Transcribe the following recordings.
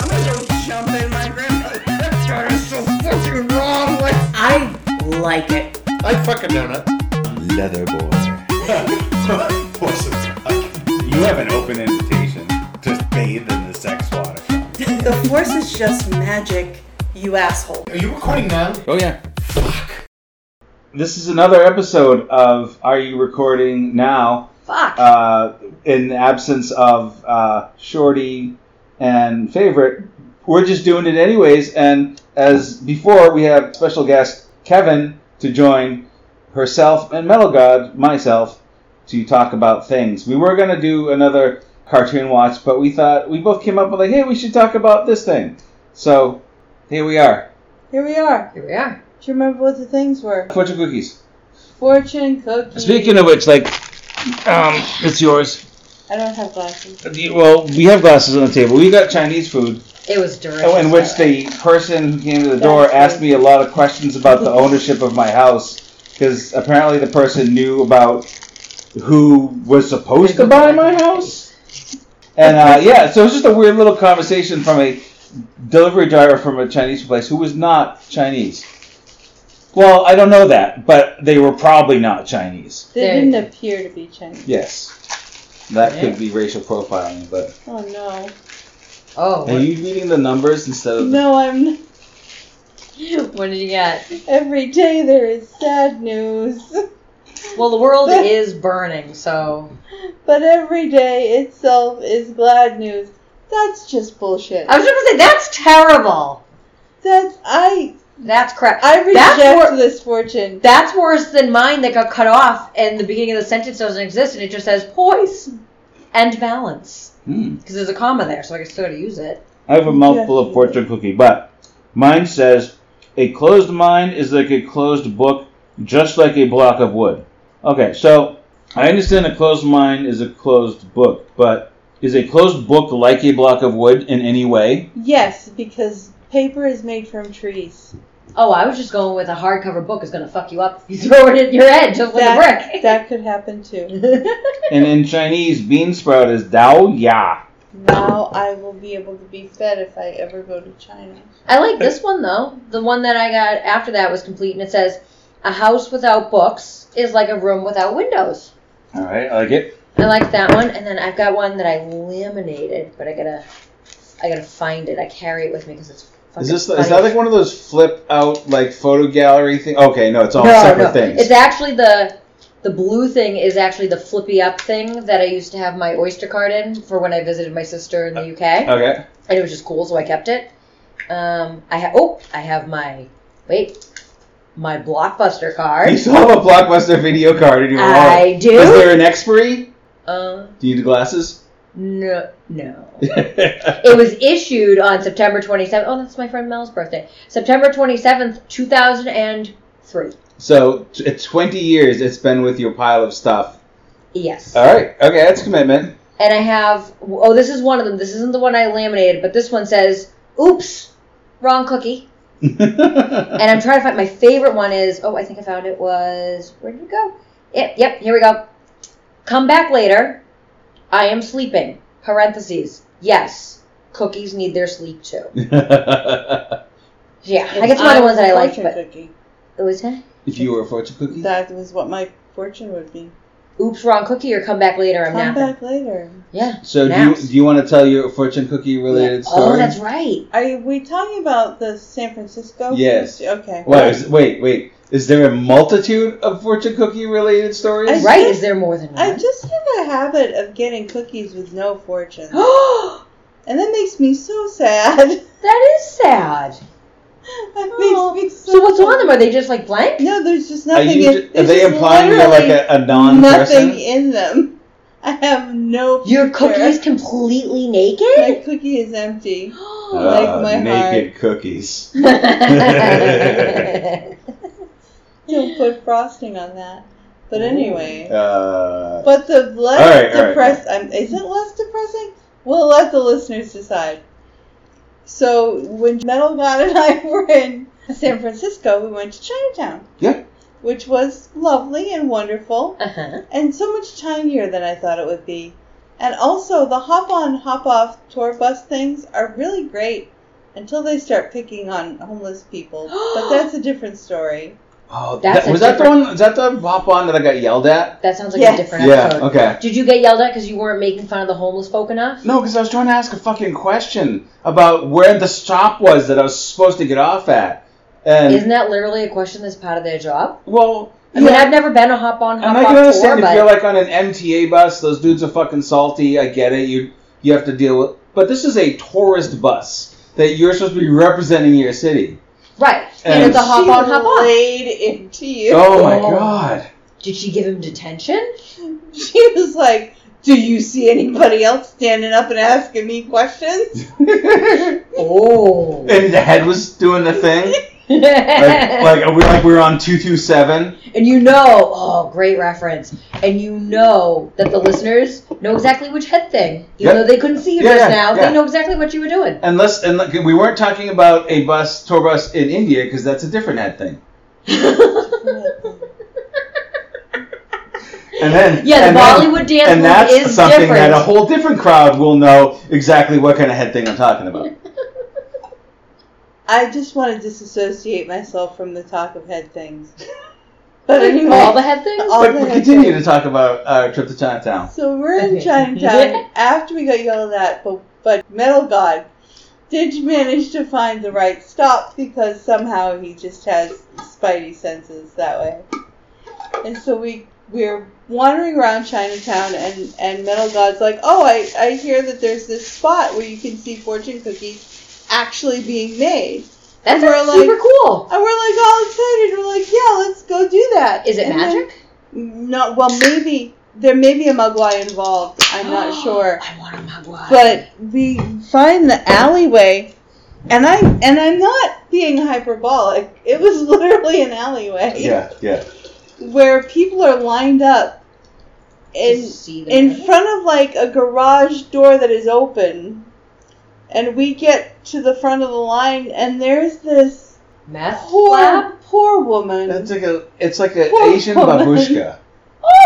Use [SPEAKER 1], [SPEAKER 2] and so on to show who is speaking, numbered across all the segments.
[SPEAKER 1] I'm gonna go jump in my grandmother's restaurant. It's so fucking wrong. Like,
[SPEAKER 2] I like it.
[SPEAKER 3] I fuck a donut.
[SPEAKER 4] Leather boy.
[SPEAKER 3] Poison.
[SPEAKER 5] You have an open invitation. Just bathe in the sex water.
[SPEAKER 2] The force is just magic, you asshole.
[SPEAKER 3] Are you recording now?
[SPEAKER 4] Oh yeah.
[SPEAKER 5] This is another episode of Are You Recording Now?
[SPEAKER 2] Fuck.
[SPEAKER 5] Uh, in the absence of uh, Shorty and Favorite, we're just doing it anyways. And as before, we have special guest Kevin to join herself and Metal God, myself, to talk about things. We were going to do another cartoon watch, but we thought we both came up with, like, hey, we should talk about this thing. So here we are.
[SPEAKER 2] Here we are.
[SPEAKER 1] here we are.
[SPEAKER 2] Do you remember what the things were?
[SPEAKER 5] Fortune cookies.
[SPEAKER 2] Fortune cookies.
[SPEAKER 5] Speaking of which, like, um, it's yours.
[SPEAKER 2] I don't have glasses.
[SPEAKER 5] Do you- Well, we have glasses on the table. We got Chinese food,
[SPEAKER 1] It was delicious.
[SPEAKER 5] oh, in which the person who came to the door asked me a lot of questions about the ownership of my house because apparently the person knew about who was supposed to buy my house. And uh, yeah, so it was just a weird little conversation from a delivery driver from a Chinese place who was not Chinese. Well, I don't know that, but they were probably not Chinese.
[SPEAKER 2] They
[SPEAKER 1] There you
[SPEAKER 2] didn't
[SPEAKER 1] go.
[SPEAKER 2] appear to be Chinese.
[SPEAKER 5] Yes. That could be racial profiling, but
[SPEAKER 2] Oh no.
[SPEAKER 1] Oh,
[SPEAKER 5] are you reading the numbers instead of
[SPEAKER 2] No, I'm.
[SPEAKER 1] what, what did you get?
[SPEAKER 2] Every day there is sad news.
[SPEAKER 1] Well, the world is burning, so.
[SPEAKER 2] But every day itself is glad news. That's just bullshit.
[SPEAKER 1] I was gonna say, that's terrible.
[SPEAKER 2] That's I
[SPEAKER 1] That's crap.
[SPEAKER 2] I
[SPEAKER 1] that's,
[SPEAKER 2] reject
[SPEAKER 1] wor-
[SPEAKER 2] this fortune.
[SPEAKER 1] that's worse than mine that got cut off and the beginning of the sentence doesn't exist and it just says poise and balance.
[SPEAKER 5] Hmm.
[SPEAKER 1] Because there's a comma there, so I guess still gotta use it.
[SPEAKER 5] I have a mouthful of fortune cookie, but mine says a closed mind is like a closed book, just like a block of wood. Okay, so I understand a closed mind is a closed book, but is a closed book like a block of wood in any way?
[SPEAKER 2] Yes, because paper is made from trees.
[SPEAKER 1] Oh, I was just going with a hardcover book is gonna fuck you up. You throw it at your head just like a brick.
[SPEAKER 2] that could happen too.
[SPEAKER 5] And in Chinese, bean sprout is dao ya.
[SPEAKER 2] Now I will be able to be fed if I ever go to China.
[SPEAKER 1] I like this one though. The one that I got after that was complete, and it says, "A house without books is like a room without windows."
[SPEAKER 5] All right, I like it.
[SPEAKER 1] I like that one, and then I've got one that I laminated, but I gotta, I gotta find it. I carry it with me because it's. Fucking
[SPEAKER 5] Is this
[SPEAKER 1] funny.
[SPEAKER 5] is that like one of those flip out like photo gallery thing? Okay, no, it's all
[SPEAKER 1] no,
[SPEAKER 5] separate
[SPEAKER 1] no.
[SPEAKER 5] things.
[SPEAKER 1] It's actually the the blue thing is actually the flippy up thing that I used to have my oyster card in for when I visited my sister in the UK.
[SPEAKER 5] Okay.
[SPEAKER 1] and it was just cool, so I kept it. Um, I ha- oh, I have my wait, my blockbuster
[SPEAKER 5] You
[SPEAKER 1] card.
[SPEAKER 5] still have a blockbuster video card in your wallet.
[SPEAKER 1] I do.
[SPEAKER 5] Is there an expiry?
[SPEAKER 1] um,
[SPEAKER 5] Do you need glasses?
[SPEAKER 1] no, no.
[SPEAKER 5] That's
[SPEAKER 1] It was issued on September 27th. Oh, that's my friend Mel's birthday. September 27th, 2003.
[SPEAKER 5] so t- at twenty years it's been with your pile of stuff.
[SPEAKER 1] Yes.
[SPEAKER 5] Alright, okay, that's commitment.
[SPEAKER 1] And I have oh, this is one of them. This isn't the one I laminated, but this one says, "Oops, wrong cookie." And I'm trying to find my favorite one is oh I think I found it was where did it go? Yep, yep, here we go. Come back later. I am sleeping. Parentheses. Yes. Cookies need their sleep too. Yeah. I guess one of the ones that I like,
[SPEAKER 2] Fortune
[SPEAKER 1] but
[SPEAKER 2] cookie.
[SPEAKER 1] it was eh?
[SPEAKER 5] if you were a fortune cookie.
[SPEAKER 2] That was what my fortune would be.
[SPEAKER 1] oops wrong cookie or come back later, I'm
[SPEAKER 2] Come
[SPEAKER 1] napping.
[SPEAKER 2] back later.
[SPEAKER 1] Yeah.
[SPEAKER 5] So do you,
[SPEAKER 1] naps.
[SPEAKER 5] do you want to tell your fortune cookie related
[SPEAKER 1] Oh,
[SPEAKER 5] story?
[SPEAKER 1] that's right.
[SPEAKER 2] Are you- we talking about the San Francisco?
[SPEAKER 5] Yes.
[SPEAKER 2] Okay.
[SPEAKER 5] Wait, is, wait, wait. Is there a multitude of fortune cookie related stories?
[SPEAKER 2] I-
[SPEAKER 1] Right,
[SPEAKER 2] just-
[SPEAKER 1] is there more than
[SPEAKER 2] I
[SPEAKER 1] one?
[SPEAKER 2] just have a habit of getting cookies with no fortune,
[SPEAKER 1] Oh,
[SPEAKER 2] and that makes me so sad.
[SPEAKER 1] that is sad.
[SPEAKER 2] that
[SPEAKER 1] Oh.
[SPEAKER 2] makes me so.
[SPEAKER 1] So what's on
[SPEAKER 2] sad.
[SPEAKER 1] them? Are they just like blank?
[SPEAKER 2] No, there's just
[SPEAKER 5] Are,
[SPEAKER 2] nothing.
[SPEAKER 5] you,
[SPEAKER 2] in,
[SPEAKER 5] are
[SPEAKER 2] there's
[SPEAKER 5] they
[SPEAKER 2] just
[SPEAKER 5] implying you're like
[SPEAKER 2] literally
[SPEAKER 5] a, a non
[SPEAKER 2] nothing
[SPEAKER 5] person?
[SPEAKER 2] in them. I have no.
[SPEAKER 1] Your
[SPEAKER 2] future.
[SPEAKER 1] cookie is completely
[SPEAKER 2] My
[SPEAKER 1] naked?
[SPEAKER 2] cookie is empty.
[SPEAKER 5] Uh,
[SPEAKER 2] Like my
[SPEAKER 5] naked cookies.
[SPEAKER 2] Don't put frosting on that. But anyway,
[SPEAKER 5] Uh,
[SPEAKER 2] but the less
[SPEAKER 5] All right, all right.
[SPEAKER 2] depressed. I'm, is it less depressing? We'll let the listeners decide. So when Metal God and I were in San Francisco, we went to Chinatown.
[SPEAKER 5] Yeah.
[SPEAKER 2] Which was lovely and wonderful,
[SPEAKER 1] Uh-huh.
[SPEAKER 2] and so much tinier than I thought it would be. And also, the hop on, hop off tour bus things are really great until they start picking on homeless people. but that's a different story.
[SPEAKER 5] Oh,
[SPEAKER 1] That's
[SPEAKER 5] that,
[SPEAKER 1] a
[SPEAKER 5] was that the
[SPEAKER 1] different-
[SPEAKER 5] one? Is that the hop on that I got yelled at?
[SPEAKER 1] That sounds like
[SPEAKER 2] Yes.
[SPEAKER 1] a different episode.
[SPEAKER 5] Okay.
[SPEAKER 1] Did you get yelled at because you weren't making fun of the homeless folk enough?
[SPEAKER 5] No, because I was trying to ask a fucking question about where the stop was that I was supposed to get off at, and
[SPEAKER 1] Isn't that literally a question that's part of their job?
[SPEAKER 5] well,
[SPEAKER 1] I mean,
[SPEAKER 5] yeah.
[SPEAKER 1] I've never been a hop on hop
[SPEAKER 5] And I can
[SPEAKER 1] off tour,
[SPEAKER 5] understand if
[SPEAKER 1] but
[SPEAKER 5] you're like on an MTA bus, those dudes are fucking salty. I get it. You you have to deal with. But this is a tourist bus that you're supposed to be representing your city.
[SPEAKER 1] right,
[SPEAKER 5] And
[SPEAKER 1] and it's a hop
[SPEAKER 2] She
[SPEAKER 1] on hop on.
[SPEAKER 2] laid into you.
[SPEAKER 5] Oh my
[SPEAKER 1] Oh.
[SPEAKER 5] god.
[SPEAKER 1] Did she give him detention?
[SPEAKER 2] She was like, "Do you see anybody else standing up and asking me questions?"
[SPEAKER 5] and
[SPEAKER 1] Oh,
[SPEAKER 5] the head was doing the thing. Like,
[SPEAKER 1] and
[SPEAKER 5] like are we like we're on two two seven?
[SPEAKER 1] you know, oh, great reference. And you know that the listeners know exactly which head thing, even
[SPEAKER 5] Yep.
[SPEAKER 1] though they couldn't see you
[SPEAKER 5] Yeah,
[SPEAKER 1] just
[SPEAKER 5] yeah,
[SPEAKER 1] now.
[SPEAKER 5] yeah.
[SPEAKER 1] They know exactly what you were doing.
[SPEAKER 5] Unless and look, we weren't talking about a bus tour bus in India because that's a different head thing. And then
[SPEAKER 1] Yeah,
[SPEAKER 5] and
[SPEAKER 1] the
[SPEAKER 5] then-
[SPEAKER 1] Bollywood dance
[SPEAKER 5] and
[SPEAKER 1] move
[SPEAKER 5] that's
[SPEAKER 1] is
[SPEAKER 5] something
[SPEAKER 1] different.
[SPEAKER 5] that a whole different crowd will know exactly what kind of head thing I'm talking about.
[SPEAKER 2] I just want to disassociate myself from the talk of head things. But anyway,
[SPEAKER 1] All the head things.
[SPEAKER 2] All
[SPEAKER 5] but
[SPEAKER 2] the
[SPEAKER 5] we
[SPEAKER 2] head
[SPEAKER 5] continue to
[SPEAKER 2] things.
[SPEAKER 5] talk about our trip to Chinatown.
[SPEAKER 2] So we're in
[SPEAKER 1] Okay.
[SPEAKER 2] Chinatown after we got yelled at, but but Metal God did manage to find the right stop because somehow he just has spidey senses that way. And so we we're wandering around Chinatown and and Metal God's like, oh I I hear that there's this spot where you can see fortune cookies actually being made.
[SPEAKER 1] That
[SPEAKER 2] We're
[SPEAKER 1] sounds
[SPEAKER 2] like-
[SPEAKER 1] super cool.
[SPEAKER 2] And we're like all excited. We're like, yeah, let's go do that.
[SPEAKER 1] Is it
[SPEAKER 2] And then-
[SPEAKER 1] magic?
[SPEAKER 2] no, well, maybe there may be a mugwai involved. I'm not sure,
[SPEAKER 1] I want a mugwai.
[SPEAKER 2] but we find the alleyway, and I and I'm not being hyperbolic. It was literally an alleyway
[SPEAKER 5] Yeah, yeah.
[SPEAKER 2] where people are lined up
[SPEAKER 1] To
[SPEAKER 2] in
[SPEAKER 1] see the
[SPEAKER 2] in
[SPEAKER 1] magic.
[SPEAKER 2] front of like a garage door that is open, and we get to the front of the line, and there's this
[SPEAKER 1] meth
[SPEAKER 2] poor
[SPEAKER 1] lab.
[SPEAKER 2] poor woman.
[SPEAKER 5] That's like a, it's like an
[SPEAKER 2] Poor
[SPEAKER 5] Asian
[SPEAKER 2] woman.
[SPEAKER 5] babushka.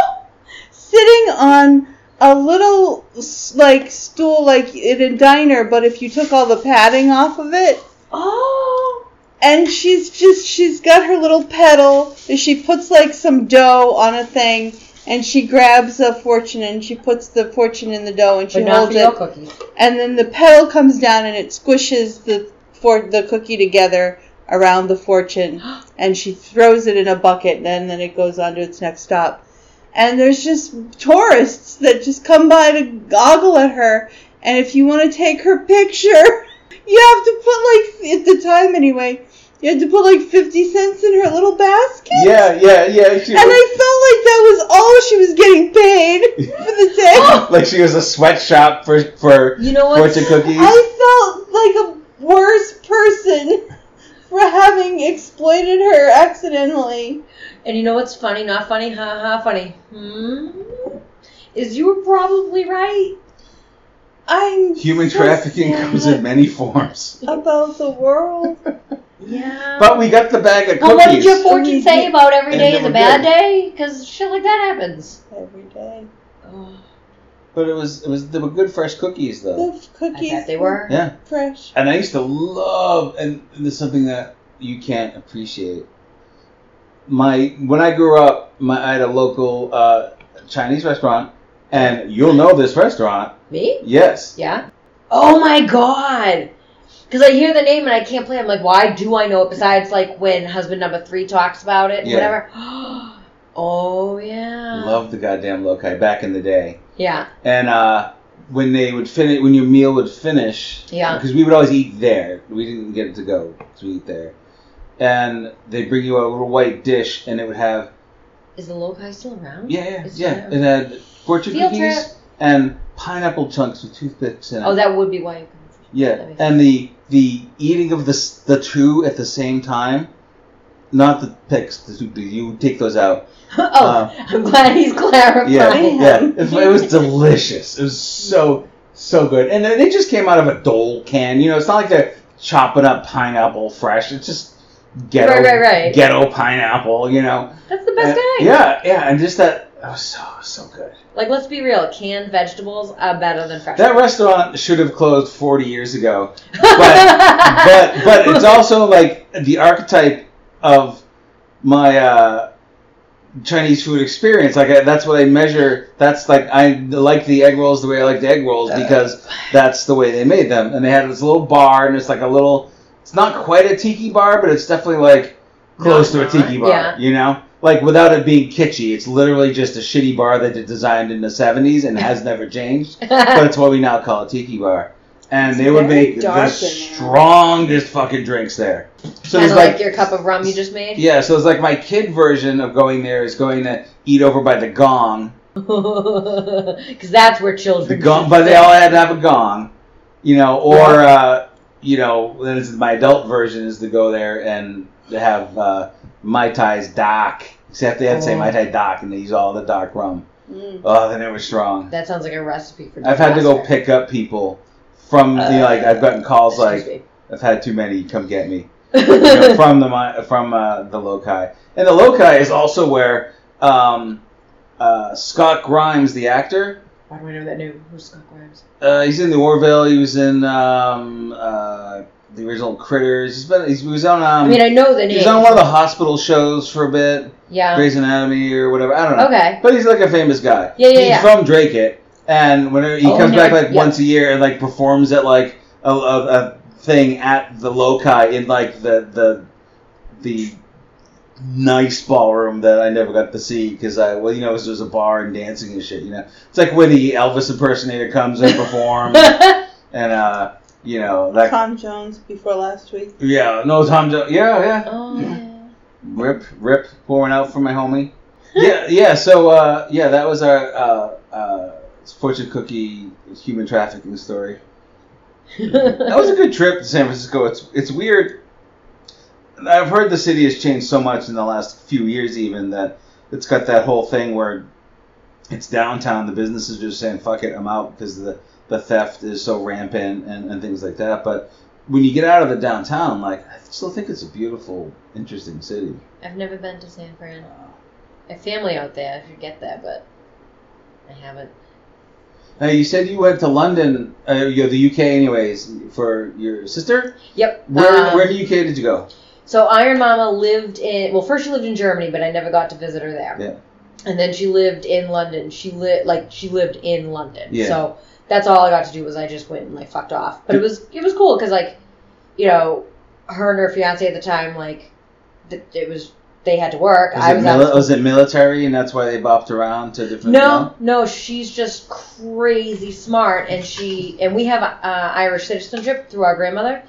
[SPEAKER 2] sitting on a little s- like stool like in a diner but if you took all the padding off of it
[SPEAKER 1] Oh,
[SPEAKER 2] and she's just she's got her little pedal and she puts like some dough on a thing and she grabs a fortune and she puts the fortune in the dough and she
[SPEAKER 1] but not
[SPEAKER 2] holds
[SPEAKER 1] for your
[SPEAKER 2] it
[SPEAKER 1] cookies.
[SPEAKER 2] and then the pedal comes down and it squishes the for the cookie together around the fortune and she throws it in a bucket and then it goes on to its next stop and there's just tourists that just come by to goggle at her and if you want to take her picture you have to put like at the time anyway you had to put like 50 cents in her little basket
[SPEAKER 5] Yeah, yeah, yeah. She
[SPEAKER 2] and i felt
[SPEAKER 5] was,
[SPEAKER 2] like that was all she was getting paid for the day
[SPEAKER 1] Oh!
[SPEAKER 5] like she was a sweatshop for for
[SPEAKER 1] You know what?
[SPEAKER 5] fortune cookies.
[SPEAKER 2] I felt like a worse person for having exploited her accidentally.
[SPEAKER 1] And you know what's funny? Not funny. Ha ha. Funny. Hmm. Is you were probably right.
[SPEAKER 2] I'm
[SPEAKER 5] Human
[SPEAKER 2] so
[SPEAKER 5] trafficking
[SPEAKER 2] sad
[SPEAKER 5] comes in many forms.
[SPEAKER 2] about the world.
[SPEAKER 1] Yeah.
[SPEAKER 5] But we got the bag of
[SPEAKER 1] well,
[SPEAKER 5] cookies.
[SPEAKER 1] what did your fortune say about every
[SPEAKER 5] And
[SPEAKER 1] day
[SPEAKER 5] they
[SPEAKER 1] is a
[SPEAKER 5] were
[SPEAKER 1] bad
[SPEAKER 5] good.
[SPEAKER 1] day? Because shit like that happens.
[SPEAKER 2] Every day.
[SPEAKER 1] Oh,
[SPEAKER 5] but it was it was they were good fresh cookies though.
[SPEAKER 2] The
[SPEAKER 1] I
[SPEAKER 2] cookies
[SPEAKER 1] bet they were.
[SPEAKER 5] Yeah,
[SPEAKER 2] fresh.
[SPEAKER 5] and I used to love, and this is something that you can't appreciate. My when I grew up, my I had a local uh, Chinese restaurant, and you'll know this restaurant.
[SPEAKER 1] Me?
[SPEAKER 5] Yes,
[SPEAKER 1] Yeah. Oh my god. Because I hear the name and I can't play. it. I'm like, why do I know it? Besides, like when husband number three talks about it, and
[SPEAKER 5] Yeah.
[SPEAKER 1] whatever. oh yeah.
[SPEAKER 5] Loved the goddamn loci back in the day.
[SPEAKER 1] Yeah.
[SPEAKER 5] And uh, when they would finish, when your meal would finish,
[SPEAKER 1] Yeah.
[SPEAKER 5] because we would always eat there. We didn't get it to go, so we eat there. And they bring you a little white dish, and it would have
[SPEAKER 1] Is the low guy still around?
[SPEAKER 5] yeah, yeah,
[SPEAKER 1] It's
[SPEAKER 5] yeah.
[SPEAKER 1] there.
[SPEAKER 5] It had fortune
[SPEAKER 1] Field
[SPEAKER 5] cookies
[SPEAKER 1] trip.
[SPEAKER 5] and pineapple chunks with toothpicks in it.
[SPEAKER 1] Oh, that would be why. you couldn't- that
[SPEAKER 5] yeah,
[SPEAKER 1] makes
[SPEAKER 5] and the the eating of the s- the two at the same time, not the picks. The two, you would take those out.
[SPEAKER 1] oh,
[SPEAKER 5] Uh,
[SPEAKER 1] I'm glad he's clarifying.
[SPEAKER 5] Yeah, yeah.
[SPEAKER 2] Fine.
[SPEAKER 5] It, it was delicious. It was so so good, and they they just came out of a dole can. You know, it's not like they're chopping up pineapple fresh. It's just ghetto,
[SPEAKER 1] Right, right, right.
[SPEAKER 5] ghetto pineapple. You know,
[SPEAKER 1] That's the best
[SPEAKER 5] And-
[SPEAKER 1] guy.
[SPEAKER 5] Yeah, yeah, and just that That was so so good.
[SPEAKER 1] Like, let's be real. Canned vegetables are better than fresh.
[SPEAKER 5] That restaurant should have closed 40 years ago. But but, but it's also like the archetype of my uh, Chinese food experience. Like I, that's what I measure. That's like I like the egg rolls the way I like the egg rolls because that's the way they made them. And they had this little bar, and it's like a little. It's not quite a tiki bar, but it's definitely like close to a tiki bar.
[SPEAKER 1] Yeah.
[SPEAKER 5] You know. Like without it being kitschy, it's literally just a shitty bar that they designed in the '70s and has never changed but it's what we now call a tiki bar. And they would
[SPEAKER 2] very
[SPEAKER 5] make the
[SPEAKER 2] dark in there.
[SPEAKER 5] strongest fucking drinks there. So
[SPEAKER 1] kind
[SPEAKER 5] it's
[SPEAKER 1] of like,
[SPEAKER 5] like,
[SPEAKER 1] your cup of rum you just made.
[SPEAKER 5] yeah, so it's like my kid version of going there is going to eat over by the gong.
[SPEAKER 1] Because that's where
[SPEAKER 5] The
[SPEAKER 1] children.
[SPEAKER 5] gong, but they all had to have a gong, you know. Or uh, you know, then it's my adult version is to go there and to have uh, mai tais doc. Except they had to say mai tai doc, and they use all the doc rum.
[SPEAKER 2] Oh. Mm.
[SPEAKER 5] Oh, then it was strong.
[SPEAKER 1] That sounds like a recipe for.
[SPEAKER 5] I've had to go
[SPEAKER 1] disaster.
[SPEAKER 5] pick up people from the
[SPEAKER 1] Uh,
[SPEAKER 5] like. I've gotten calls like,
[SPEAKER 1] Excuse
[SPEAKER 5] I've had too many. Come get me
[SPEAKER 1] me.
[SPEAKER 5] You know, from the mi- from uh, the loci. And the loci is also where um, uh, Scott Grimes, the actor,
[SPEAKER 1] Why do I know that name? Who's Scott Grimes?
[SPEAKER 5] uh, he's in the Orville. He was in um, uh, the original Critters. He's been. He's, he was on. Um,
[SPEAKER 1] I mean, I know the name.
[SPEAKER 5] he was on one of the hospital shows for a bit,
[SPEAKER 1] yeah.
[SPEAKER 5] Grey's Anatomy or whatever. I don't know.
[SPEAKER 1] Okay.
[SPEAKER 5] But he's like a famous guy.
[SPEAKER 1] Yeah, yeah,
[SPEAKER 5] He's
[SPEAKER 1] yeah.
[SPEAKER 5] from Drake It, and whenever he
[SPEAKER 1] Oh,
[SPEAKER 5] comes
[SPEAKER 1] no,
[SPEAKER 5] back like
[SPEAKER 1] yeah.
[SPEAKER 5] once a year and like performs at like a, a, a thing at the Loci in like the the the nice ballroom that I never got to see because I well you know it was, it was a bar and dancing and shit you know it's like when the Elvis impersonator comes and performs
[SPEAKER 1] Oh,
[SPEAKER 5] and uh you know that
[SPEAKER 2] Tom Jones before last week.
[SPEAKER 5] yeah no Tom Jo- yeah yeah
[SPEAKER 1] oh, yeah.
[SPEAKER 5] Rip, rip, pouring out for my homie. yeah, yeah. So, uh, yeah, that was our uh, uh, fortune cookie human trafficking story. That was a good trip to San Francisco. It's it's weird. I've heard the city has changed so much in the last few years, even that it's got that whole thing where it's downtown. The businesses are just saying "fuck it, I'm out" because the the theft is so rampant and, and things like that. But when you get out of the downtown, like I still think it's a beautiful, interesting city.
[SPEAKER 1] I've never been to San Fran. I have family out there. I should get there, but I haven't.
[SPEAKER 5] Now Uh, you said you went to London, uh, you know, the UK, anyways, for your sister.
[SPEAKER 1] Yep.
[SPEAKER 5] Where,
[SPEAKER 1] um,
[SPEAKER 5] where in the UK did you go?
[SPEAKER 1] So Iron Mama lived in well, first she lived in Germany, but I never got to visit her there.
[SPEAKER 5] Yeah.
[SPEAKER 1] And then she lived in London. She lived like she lived in London.
[SPEAKER 5] Yeah.
[SPEAKER 1] So that's all I got to do was I just went and like fucked off. But it
[SPEAKER 5] Did-
[SPEAKER 1] was it was cool because like, you know, her and her fiance at the time like, th- it was they had to work.
[SPEAKER 5] Was,
[SPEAKER 1] I
[SPEAKER 5] it,
[SPEAKER 1] was out
[SPEAKER 5] mili- was it military, and that's why they bopped around to different?
[SPEAKER 1] no, no, she's just crazy smart, and she and we have uh, Irish citizenship through our grandmother,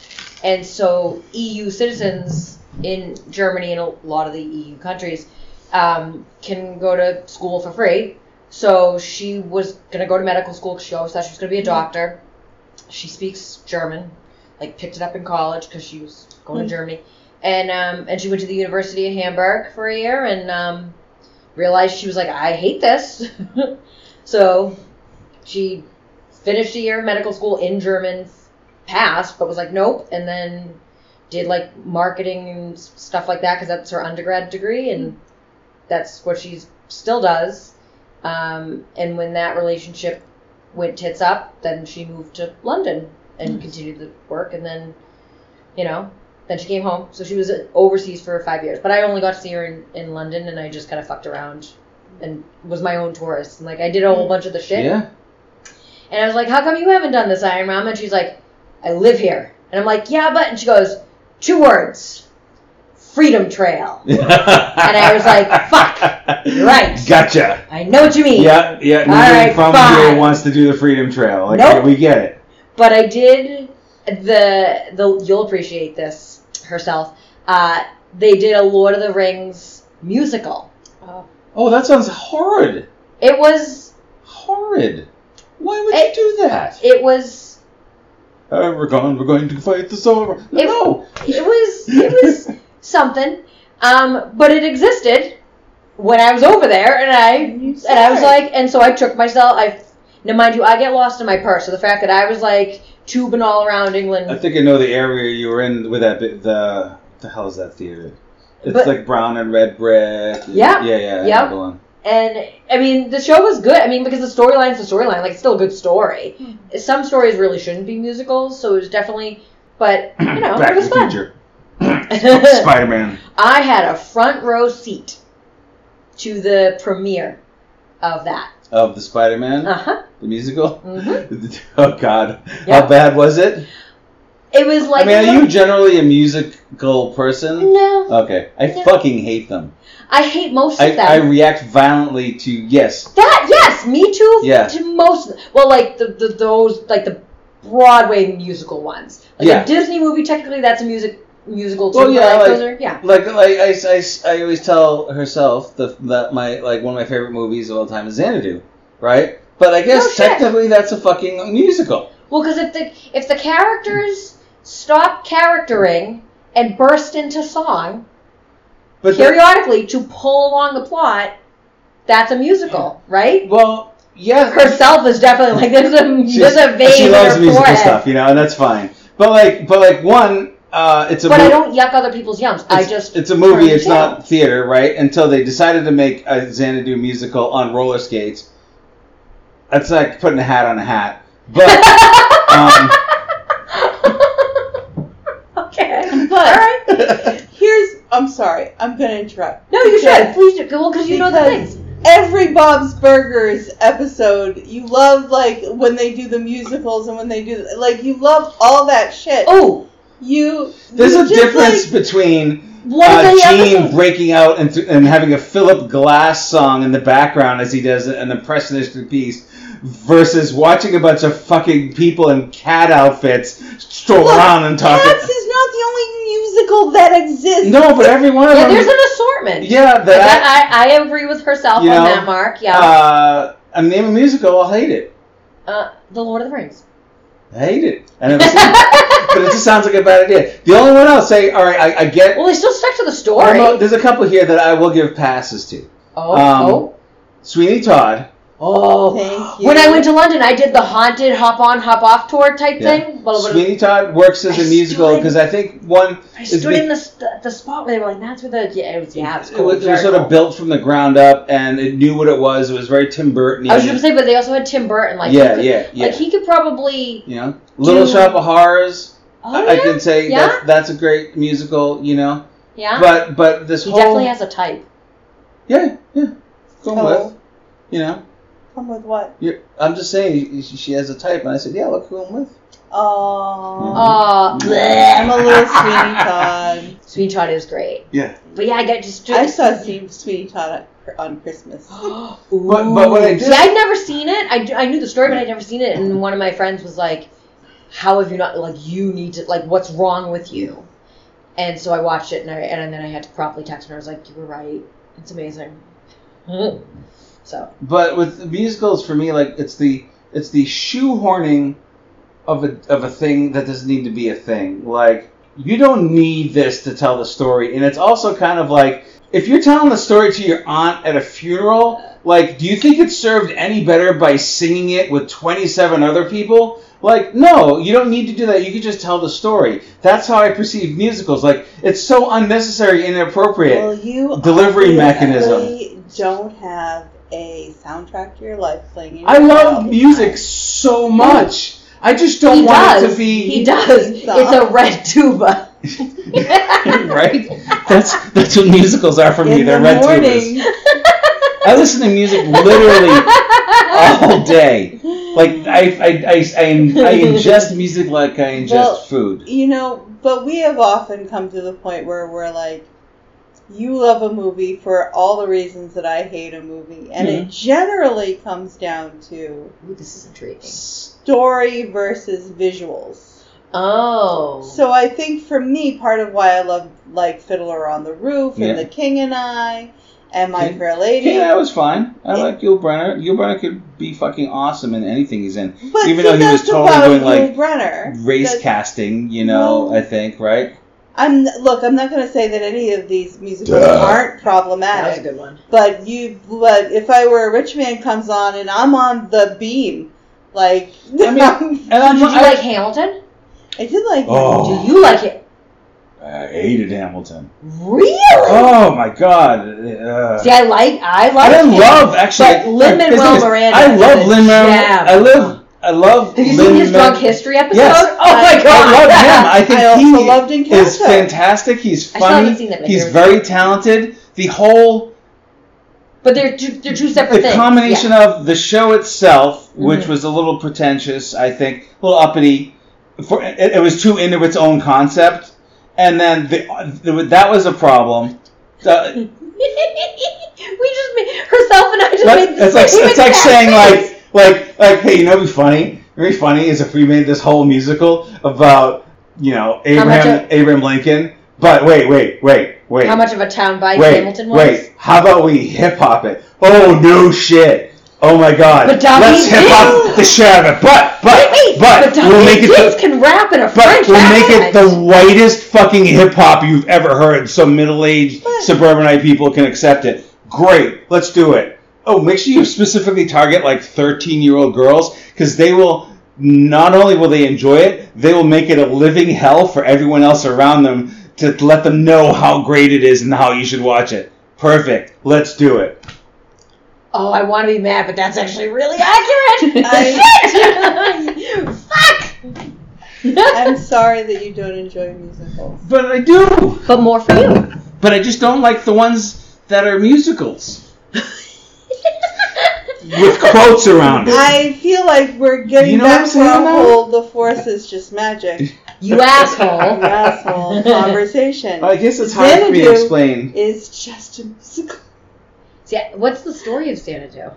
[SPEAKER 1] and so EU citizens in Germany and a lot of the EU countries um, can go to school for free. So she was gonna go to medical school 'cause she always thought she was gonna be a doctor. She speaks German, like picked it up in college because she was going
[SPEAKER 2] Mm.
[SPEAKER 1] to Germany, and um, and she went to the University of Hamburg for a year and. Um, realized she was like, I hate this. so she finished a year of medical school in German, passed, but was like, nope. And then did like marketing and s- stuff like that because that's her undergrad degree and that's what she still does. Um, and when that relationship went tits up, then she moved to London and continued the work. And then, you know, then she came home. So she was uh, overseas for five years. But I only got to see her in, in London and I just kind of fucked around and was my own tourist. And like I did a whole bunch of the shit.
[SPEAKER 5] Yeah.
[SPEAKER 1] And I was like, how come you haven't done this, Iron Mom? And she's like, I live here. And I'm like, yeah, but. And she goes, two words Freedom Trail.
[SPEAKER 5] and I
[SPEAKER 1] was like, fuck, you're right.
[SPEAKER 5] Gotcha.
[SPEAKER 1] I know what you mean.
[SPEAKER 5] Yeah, yeah. Nobody
[SPEAKER 1] right,
[SPEAKER 5] from
[SPEAKER 1] fine.
[SPEAKER 5] here wants to do the Freedom Trail. Like,
[SPEAKER 1] Nope.
[SPEAKER 5] we get it.
[SPEAKER 1] But I did the the you'll appreciate this herself. Uh, they did a Lord of the Rings musical.
[SPEAKER 5] Oh, that sounds horrid.
[SPEAKER 1] It was
[SPEAKER 5] Horrid. Why would
[SPEAKER 1] It-
[SPEAKER 5] you do that?
[SPEAKER 1] it was
[SPEAKER 5] Uh, we're going. We're going to fight the sword.
[SPEAKER 1] It-
[SPEAKER 5] No.
[SPEAKER 1] it was it was something. Um, but it existed when I was over there, and I
[SPEAKER 2] You
[SPEAKER 1] and I was
[SPEAKER 2] said.
[SPEAKER 1] like, and so I took myself. I now mind you, I get lost in my purse. So the fact that I was like tubing all around England,
[SPEAKER 5] I think I know the area you were in with that. bit- The the hell is that theater? It's
[SPEAKER 1] But-
[SPEAKER 5] like brown and red brick.
[SPEAKER 1] Yeah.
[SPEAKER 5] Yeah, yeah. I know
[SPEAKER 1] Yeah.
[SPEAKER 5] the one.
[SPEAKER 1] And I mean, the show was good. I mean, because the storyline's the storyline. Like, it's still a good story. Some stories really shouldn't be musicals, so it was definitely. But you know,
[SPEAKER 5] Back
[SPEAKER 1] it
[SPEAKER 5] to
[SPEAKER 1] was
[SPEAKER 5] the
[SPEAKER 1] fun.
[SPEAKER 5] future. Spider Man.
[SPEAKER 1] I had a front row seat to the premiere of that.
[SPEAKER 5] Of the Spider Man,
[SPEAKER 1] Uh huh.
[SPEAKER 5] the musical.
[SPEAKER 1] Mhm.
[SPEAKER 5] oh, God.
[SPEAKER 1] Yeah.
[SPEAKER 5] How bad was it?
[SPEAKER 1] It was like.
[SPEAKER 5] I mean, are you generally a musical person?
[SPEAKER 1] No,
[SPEAKER 5] Okay. I
[SPEAKER 1] No.
[SPEAKER 5] fucking hate them.
[SPEAKER 1] I hate most of
[SPEAKER 5] I,
[SPEAKER 1] them.
[SPEAKER 5] I react violently to, yes.
[SPEAKER 1] That yes, me too.
[SPEAKER 5] Yeah.
[SPEAKER 1] To most, well, like the, the those like the Broadway musical ones. Like
[SPEAKER 5] Yeah.
[SPEAKER 1] a Disney movie, technically that's a music musical too.
[SPEAKER 5] Well,
[SPEAKER 1] but,
[SPEAKER 5] yeah,
[SPEAKER 1] like,
[SPEAKER 5] like-
[SPEAKER 1] those are, yeah.
[SPEAKER 5] Like, like I, I, I always tell herself the, that my, like, one of my favorite movies of all time is Xanadu, right? But I
[SPEAKER 1] No
[SPEAKER 5] guess
[SPEAKER 1] shit.
[SPEAKER 5] technically that's a fucking musical.
[SPEAKER 1] Well, because if the if the characters stop charactering and burst into song
[SPEAKER 5] But that-
[SPEAKER 1] periodically to pull along the plot, that's a musical, right?
[SPEAKER 5] well, yeah.
[SPEAKER 1] Herself is definitely like there's a
[SPEAKER 5] She-
[SPEAKER 1] there's a vein
[SPEAKER 5] She
[SPEAKER 1] in
[SPEAKER 5] loves
[SPEAKER 1] her
[SPEAKER 5] musical
[SPEAKER 1] forehead.
[SPEAKER 5] stuff, you know, and that's fine. But like, but like one, uh, it's a.
[SPEAKER 1] But I
[SPEAKER 5] mo-
[SPEAKER 1] don't yuck other people's yums. I
[SPEAKER 5] it's-
[SPEAKER 1] just
[SPEAKER 5] It's a movie.
[SPEAKER 1] turn
[SPEAKER 5] It's
[SPEAKER 1] it down.
[SPEAKER 5] not theater, right? Until they decided to make a Xanadu musical on roller skates. That's like putting a hat on a hat. But um,
[SPEAKER 1] okay.
[SPEAKER 2] But-
[SPEAKER 1] All right.
[SPEAKER 2] Here's I'm sorry, I'm gonna interrupt.
[SPEAKER 1] No, you
[SPEAKER 2] Because-
[SPEAKER 1] should. Please do. Well, because you know the
[SPEAKER 2] Because
[SPEAKER 1] things.
[SPEAKER 2] Every Bob's Burgers episode, you love like when they do the musicals and when they do like you love all that shit.
[SPEAKER 1] Oh,
[SPEAKER 2] you
[SPEAKER 5] there's
[SPEAKER 2] you
[SPEAKER 5] a
[SPEAKER 2] just,
[SPEAKER 5] difference
[SPEAKER 2] like-
[SPEAKER 5] between
[SPEAKER 1] one of
[SPEAKER 5] uh,
[SPEAKER 1] the
[SPEAKER 5] Gene
[SPEAKER 1] episodes.
[SPEAKER 5] breaking out and, and having a Philip Glass song in the background as he does an impressionistic piece versus watching a bunch of fucking people in cat outfits stroll
[SPEAKER 2] Look,
[SPEAKER 5] around and talk.
[SPEAKER 2] Cats is not the only musical that exists.
[SPEAKER 5] No, but every one of
[SPEAKER 1] Yeah,
[SPEAKER 5] them.
[SPEAKER 1] there's an assortment.
[SPEAKER 5] yeah,
[SPEAKER 1] Like,
[SPEAKER 5] that.
[SPEAKER 1] I, I, I agree with herself
[SPEAKER 5] You
[SPEAKER 1] on
[SPEAKER 5] know,
[SPEAKER 1] that, Mark. Yeah.
[SPEAKER 5] Uh, I mean, name a musical, I'll hate it.
[SPEAKER 1] Uh, the Lord of the Rings.
[SPEAKER 5] I hate it. I never seen it. But it just sounds like a bad idea. The only one I'll say, all right, I, I get.
[SPEAKER 1] Well, they still stuck to the
[SPEAKER 5] I'm
[SPEAKER 1] story.
[SPEAKER 5] a- there's a couple here that I will give passes to.
[SPEAKER 1] oh,
[SPEAKER 5] um,
[SPEAKER 1] oh,
[SPEAKER 5] Sweeney Todd.
[SPEAKER 1] oh.
[SPEAKER 2] Thank you.
[SPEAKER 1] When I went to London, I did the haunted hop on, hop off tour type
[SPEAKER 5] Yeah.
[SPEAKER 1] thing. Blah, blah, blah.
[SPEAKER 5] Sweeney Todd works as
[SPEAKER 1] Oh, I
[SPEAKER 5] a musical
[SPEAKER 1] stood-
[SPEAKER 5] because I think one.
[SPEAKER 1] I
[SPEAKER 5] is
[SPEAKER 1] stood
[SPEAKER 5] be-
[SPEAKER 1] in the, st- the spot where they were like, "That's where the yeah, it was yeah, it was
[SPEAKER 5] It
[SPEAKER 1] cool.
[SPEAKER 5] was, it
[SPEAKER 1] very
[SPEAKER 5] was sort
[SPEAKER 1] cool.
[SPEAKER 5] of built from the ground up, and it knew what it was. It was very Tim Burton.
[SPEAKER 1] I was just gonna say, but they also had Tim Burton. Like,
[SPEAKER 5] yeah,
[SPEAKER 1] he could-
[SPEAKER 5] yeah, yeah.
[SPEAKER 1] Like he could probably.
[SPEAKER 5] you know, Little
[SPEAKER 1] Do-
[SPEAKER 5] Shop of Horrors.
[SPEAKER 1] Oh,
[SPEAKER 5] I
[SPEAKER 1] yeah?
[SPEAKER 5] can say
[SPEAKER 1] yeah,
[SPEAKER 5] that's, that's a great musical. You know,
[SPEAKER 1] yeah.
[SPEAKER 5] but but this
[SPEAKER 1] he
[SPEAKER 5] whole
[SPEAKER 1] definitely has a type.
[SPEAKER 5] yeah yeah going
[SPEAKER 2] Oh.
[SPEAKER 5] with you know
[SPEAKER 2] Come with what?
[SPEAKER 5] you I'm just saying she, she has a type, and I said yeah look who I'm with.
[SPEAKER 2] Oh,
[SPEAKER 1] Oh,
[SPEAKER 2] I'm a little Sweeney Todd.
[SPEAKER 1] Sweeney Todd is great.
[SPEAKER 5] Yeah.
[SPEAKER 1] But yeah, I got just.
[SPEAKER 2] I saw Sweeney- Sweeney Todd at- on Christmas.
[SPEAKER 5] But- but what I did-
[SPEAKER 1] See, I'd never seen it. I, d- I knew the story, but I'd never seen it. And one of my friends was like, "How have you not? Like, you need to. Like, what's wrong with you?" And so I watched it, and I and then I had to promptly text her. I was like, "You were right. It's amazing." So
[SPEAKER 5] But with musicals for me, like it's the it's the shoehorning of a of a thing that doesn't need to be a thing. Like you don't need this to tell the story, and it's also kind of like if you're telling the story to your aunt at a funeral, like do you think it's served any better by singing it with 27 other people? Like no, you don't need to do that. You can just tell the story. That's how I perceive musicals. Like it's so unnecessary and inappropriate.
[SPEAKER 2] Well, you
[SPEAKER 5] Delivery
[SPEAKER 2] obviously
[SPEAKER 5] mechanism.
[SPEAKER 2] Don't have a soundtrack to your life playing. in
[SPEAKER 5] I
[SPEAKER 2] your head all
[SPEAKER 5] love
[SPEAKER 2] the
[SPEAKER 5] music so much. I just don't
[SPEAKER 1] he
[SPEAKER 5] want
[SPEAKER 1] does.
[SPEAKER 5] it to be
[SPEAKER 1] He does.
[SPEAKER 2] It's
[SPEAKER 1] It's
[SPEAKER 2] a-
[SPEAKER 1] a red tuba.
[SPEAKER 5] right. That's that's what musicals are for
[SPEAKER 2] time.
[SPEAKER 5] me.
[SPEAKER 2] In
[SPEAKER 5] They're
[SPEAKER 2] the
[SPEAKER 5] red tubas.
[SPEAKER 2] morning,
[SPEAKER 5] I listen to music literally all day. Like I I, I, I, I ingest music like I ingest
[SPEAKER 2] Well,
[SPEAKER 5] food.
[SPEAKER 2] you know, but we have often come to the point where we're like, you love a movie for all the reasons that I hate a movie, and it generally comes down to
[SPEAKER 1] Ooh, this is intriguing.
[SPEAKER 2] story versus visuals.
[SPEAKER 1] Oh.
[SPEAKER 2] So I think for me, part of why I love like Fiddler on the Roof and
[SPEAKER 5] Yeah.
[SPEAKER 2] The King and I and My
[SPEAKER 5] King-
[SPEAKER 2] Fair Lady.
[SPEAKER 5] Yeah, that was fine. I
[SPEAKER 2] It-
[SPEAKER 5] like Gil Brenner. Gil Brenner could be fucking awesome in anything he's in.
[SPEAKER 2] But
[SPEAKER 5] Even
[SPEAKER 2] see,
[SPEAKER 5] though he was
[SPEAKER 2] that's
[SPEAKER 5] totally
[SPEAKER 2] about
[SPEAKER 5] doing, like,
[SPEAKER 2] Yul Brenner.
[SPEAKER 5] Race
[SPEAKER 2] That's-
[SPEAKER 5] casting, you know,
[SPEAKER 2] No.
[SPEAKER 5] I think, right?
[SPEAKER 2] I'm look. I'm not going to say that any of these musicals
[SPEAKER 4] Duh.
[SPEAKER 2] aren't
[SPEAKER 1] that was a
[SPEAKER 2] problematic,
[SPEAKER 1] good one.
[SPEAKER 2] but you. But if I were a rich man comes on and I'm on the beam, like
[SPEAKER 5] I mean, And I'm,
[SPEAKER 1] Did you
[SPEAKER 5] I,
[SPEAKER 1] like Hamilton?
[SPEAKER 2] I did like.
[SPEAKER 4] Oh.
[SPEAKER 1] Do you like it?
[SPEAKER 5] I hated Hamilton.
[SPEAKER 1] Really?
[SPEAKER 5] Oh my god. Uh,
[SPEAKER 1] See, I like I like.
[SPEAKER 5] I
[SPEAKER 1] him,
[SPEAKER 5] love actually.
[SPEAKER 1] But Lin-Manuel
[SPEAKER 5] it's-
[SPEAKER 1] Miranda.
[SPEAKER 5] I love
[SPEAKER 1] is a
[SPEAKER 5] Lin Manuel.
[SPEAKER 1] gem.
[SPEAKER 5] I live. I love.
[SPEAKER 1] Have you seen his
[SPEAKER 5] Lin-Man-
[SPEAKER 1] drunk history episode?
[SPEAKER 5] Yes.
[SPEAKER 1] Oh my god!
[SPEAKER 5] I love him. I think
[SPEAKER 2] I also
[SPEAKER 5] he
[SPEAKER 2] loved Encanto.
[SPEAKER 5] is fantastic. He's
[SPEAKER 1] I still haven't
[SPEAKER 5] funny.
[SPEAKER 1] seen that, but
[SPEAKER 5] He's
[SPEAKER 1] there was-
[SPEAKER 5] very talented. The whole
[SPEAKER 1] but they're two, they're two separate
[SPEAKER 5] the
[SPEAKER 1] things.
[SPEAKER 5] combination
[SPEAKER 1] Yeah.
[SPEAKER 5] of the show itself, which
[SPEAKER 1] Mhm.
[SPEAKER 5] was a little pretentious, I think, a little uppity. For it, it was too into its own concept, and then the, the that was a problem. Uh, The-
[SPEAKER 1] we just made herself and I just
[SPEAKER 5] Like-
[SPEAKER 1] made the
[SPEAKER 5] it's like
[SPEAKER 1] same
[SPEAKER 5] it's like
[SPEAKER 1] exact
[SPEAKER 5] saying
[SPEAKER 1] face.
[SPEAKER 5] like like like hey, you know, what'd be funny. Very funny is if we made this whole musical about you know
[SPEAKER 1] much
[SPEAKER 5] Abraham Abraham Lincoln. But wait, wait, wait, wait.
[SPEAKER 1] how much of a town by
[SPEAKER 5] wait,
[SPEAKER 1] Hamilton was.
[SPEAKER 5] Wait, how about we hip hop it? Oh no shit. Oh my god.
[SPEAKER 1] But Dominique
[SPEAKER 5] Let's hip hop the shit out of it. But but
[SPEAKER 1] Wait, wait,
[SPEAKER 5] but, we'll
[SPEAKER 1] Dominique
[SPEAKER 5] make it
[SPEAKER 1] Gates
[SPEAKER 5] the,
[SPEAKER 1] can rap in a
[SPEAKER 5] but
[SPEAKER 1] French
[SPEAKER 5] we'll make it the
[SPEAKER 1] accent.
[SPEAKER 5] whitest fucking hip hop you've ever heard so middle aged suburbanite people can accept it. Great. Let's do it. Oh, make sure you specifically target like 13 year old girls because they will. Not only will they enjoy it, they will make it a living hell for everyone else around them to let them know how great it is and how you should watch it. Perfect. Let's do it.
[SPEAKER 1] Oh, I want to be mad, but that's actually really accurate. Shit!
[SPEAKER 2] I'm
[SPEAKER 1] Fuck.
[SPEAKER 2] sorry that you don't enjoy musicals.
[SPEAKER 5] But I do.
[SPEAKER 1] but more for you.
[SPEAKER 5] But I just don't like the ones that are musicals with quotes around it.
[SPEAKER 2] I feel like we're getting
[SPEAKER 5] You know what I'm
[SPEAKER 2] back to
[SPEAKER 5] saying,
[SPEAKER 2] our
[SPEAKER 5] though?
[SPEAKER 2] whole the force is just magic.
[SPEAKER 1] you asshole.
[SPEAKER 2] asshole conversation.
[SPEAKER 5] I guess it's hard for me to
[SPEAKER 2] Xanadu
[SPEAKER 5] explain.
[SPEAKER 2] is just a musical.
[SPEAKER 1] See, what's the story of Xanadu?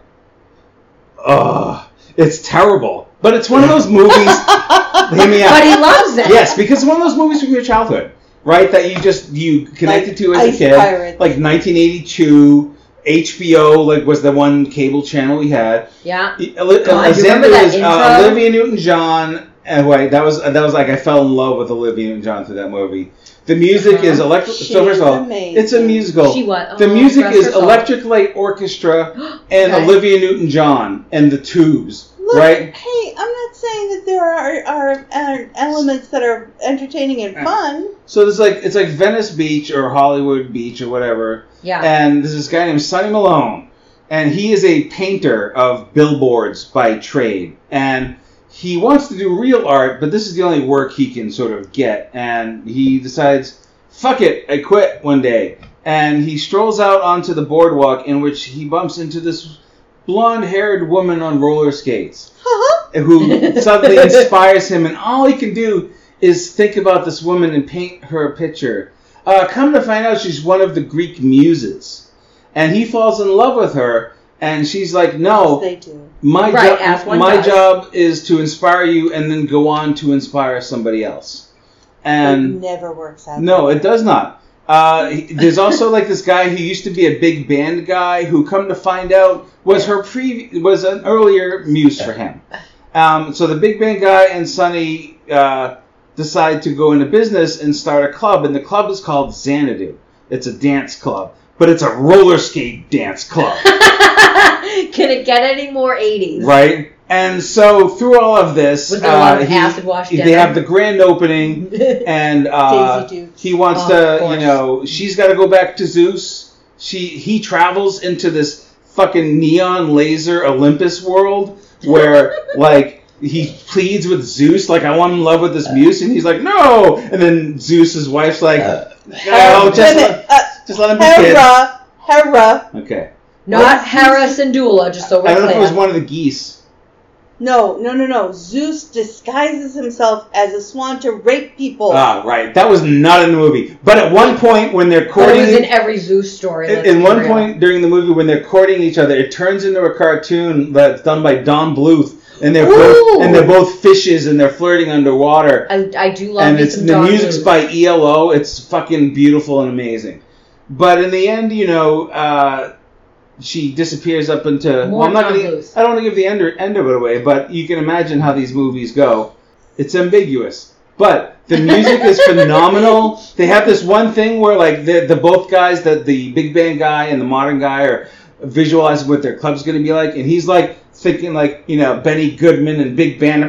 [SPEAKER 5] Ugh, it's terrible. But it's one of those movies. hear me out.
[SPEAKER 1] But he loves it.
[SPEAKER 5] Yes, because it's one of those movies from your childhood, right? That you just you connected
[SPEAKER 2] Like
[SPEAKER 5] to as
[SPEAKER 2] Ice
[SPEAKER 5] a kid,
[SPEAKER 2] Pirates.
[SPEAKER 5] like 1982. HBO like was the one cable channel we had.
[SPEAKER 1] Yeah.
[SPEAKER 5] E- Oli-
[SPEAKER 1] God, you remember
[SPEAKER 5] Xander
[SPEAKER 1] that
[SPEAKER 5] was, uh,
[SPEAKER 1] intro?
[SPEAKER 5] Olivia Newton-John. And wait, that was that was like I fell in love with Olivia Newton-John through that movie. The music is electric.
[SPEAKER 2] She
[SPEAKER 5] So first of
[SPEAKER 2] is
[SPEAKER 5] all,
[SPEAKER 2] amazing.
[SPEAKER 5] it's a musical.
[SPEAKER 1] She was.
[SPEAKER 5] the
[SPEAKER 1] Oh,
[SPEAKER 5] music
[SPEAKER 1] rest
[SPEAKER 5] is
[SPEAKER 1] her soul.
[SPEAKER 5] Electric Light Orchestra and
[SPEAKER 1] Okay.
[SPEAKER 5] Olivia Newton-John and the Tubes,
[SPEAKER 2] Look,
[SPEAKER 5] right?
[SPEAKER 2] hey, I'm not saying that there are, are, are elements that are entertaining and fun.
[SPEAKER 5] So there's like it's like Venice Beach or Hollywood Beach or whatever.
[SPEAKER 1] Yeah.
[SPEAKER 5] and there's this guy named Sonny Malone, and he is a painter of billboards by trade, and he wants to do real art, but this is the only work he can sort of get, and he decides, "Fuck it, I quit." One day, and he strolls out onto the boardwalk, in which he bumps into this blonde-haired woman on roller skates
[SPEAKER 2] Huh?
[SPEAKER 5] who suddenly inspires him, and all he can do is think about this woman and paint her a picture. Uh, come to find out, she's one of the Greek muses, and he falls in love with her. And she's like,
[SPEAKER 2] Yes,
[SPEAKER 5] "No,
[SPEAKER 2] they do.
[SPEAKER 5] my job,
[SPEAKER 1] Right, as one
[SPEAKER 5] my
[SPEAKER 1] does.
[SPEAKER 5] job is to inspire you, and then go on to inspire somebody else."
[SPEAKER 2] it
[SPEAKER 5] And
[SPEAKER 2] never works out.
[SPEAKER 5] no, it does not. Uh, he- there's also like this guy who used to be a big band guy who, come to find out, was her pre was an earlier muse for him. Um, so the big band guy and Sonny uh, decide to go into business and start a club, and the club is called Xanadu. It's a dance club, but it's a roller skate dance club.
[SPEAKER 1] Can it get any more 80s?
[SPEAKER 5] Right. And so through all of this,
[SPEAKER 1] Was there a lot
[SPEAKER 5] uh,
[SPEAKER 1] of
[SPEAKER 5] he-
[SPEAKER 1] acid wash
[SPEAKER 5] they
[SPEAKER 1] dinner?
[SPEAKER 5] have the grand opening, and uh,
[SPEAKER 2] Daisy Dukes.
[SPEAKER 5] he wants
[SPEAKER 1] Oh, of
[SPEAKER 5] to,
[SPEAKER 1] course.
[SPEAKER 5] you know, she's got to go back to Zeus. She he travels into this fucking neon laser Olympus world where like he pleads with Zeus like I want in love with
[SPEAKER 1] Uh.
[SPEAKER 5] this muse, and he's like no, and then Zeus's wife's like no,
[SPEAKER 2] Wait a
[SPEAKER 5] Oh, just
[SPEAKER 2] minute,
[SPEAKER 5] let,
[SPEAKER 2] uh,
[SPEAKER 5] just let him be kids.
[SPEAKER 2] Hera, Hera.
[SPEAKER 5] Okay,
[SPEAKER 1] Not Hera Syndulla, just so
[SPEAKER 5] I
[SPEAKER 1] we're
[SPEAKER 5] don't know if
[SPEAKER 1] clear.
[SPEAKER 5] it was one of the geese.
[SPEAKER 2] No, no, no, no. Zeus disguises himself as a swan to rape people.
[SPEAKER 5] Ah, right. That was not in the movie. But at one point when they're
[SPEAKER 1] But
[SPEAKER 5] courting,
[SPEAKER 1] it was in every Zeus story.
[SPEAKER 5] in,
[SPEAKER 1] let's
[SPEAKER 5] in
[SPEAKER 1] be
[SPEAKER 5] one
[SPEAKER 1] real.
[SPEAKER 5] point during the movie when they're courting each other, it turns into a cartoon that's done by Don Bluth, and they're
[SPEAKER 1] Ooh.
[SPEAKER 5] both, and they're both fishes and they're flirting underwater,
[SPEAKER 1] I, I do love
[SPEAKER 5] and
[SPEAKER 1] me
[SPEAKER 5] it's
[SPEAKER 1] some
[SPEAKER 5] the
[SPEAKER 1] Don
[SPEAKER 5] music's
[SPEAKER 1] Bluth.
[SPEAKER 5] by ELO. It's fucking beautiful and amazing. But in the end, you know, uh, she disappears up into.
[SPEAKER 1] More
[SPEAKER 5] well, I'm not
[SPEAKER 1] Don
[SPEAKER 5] gonna,
[SPEAKER 1] Bluth.
[SPEAKER 5] I don't want to give the end, end of it away, but you can imagine how these movies go. It's ambiguous. But the music is phenomenal. They have this one thing where, like, the, the both guys, the, the big band guy and the modern guy, are visualizing what their club's going to be like. And he's, like, thinking, like, you know, Benny Goodman and big band.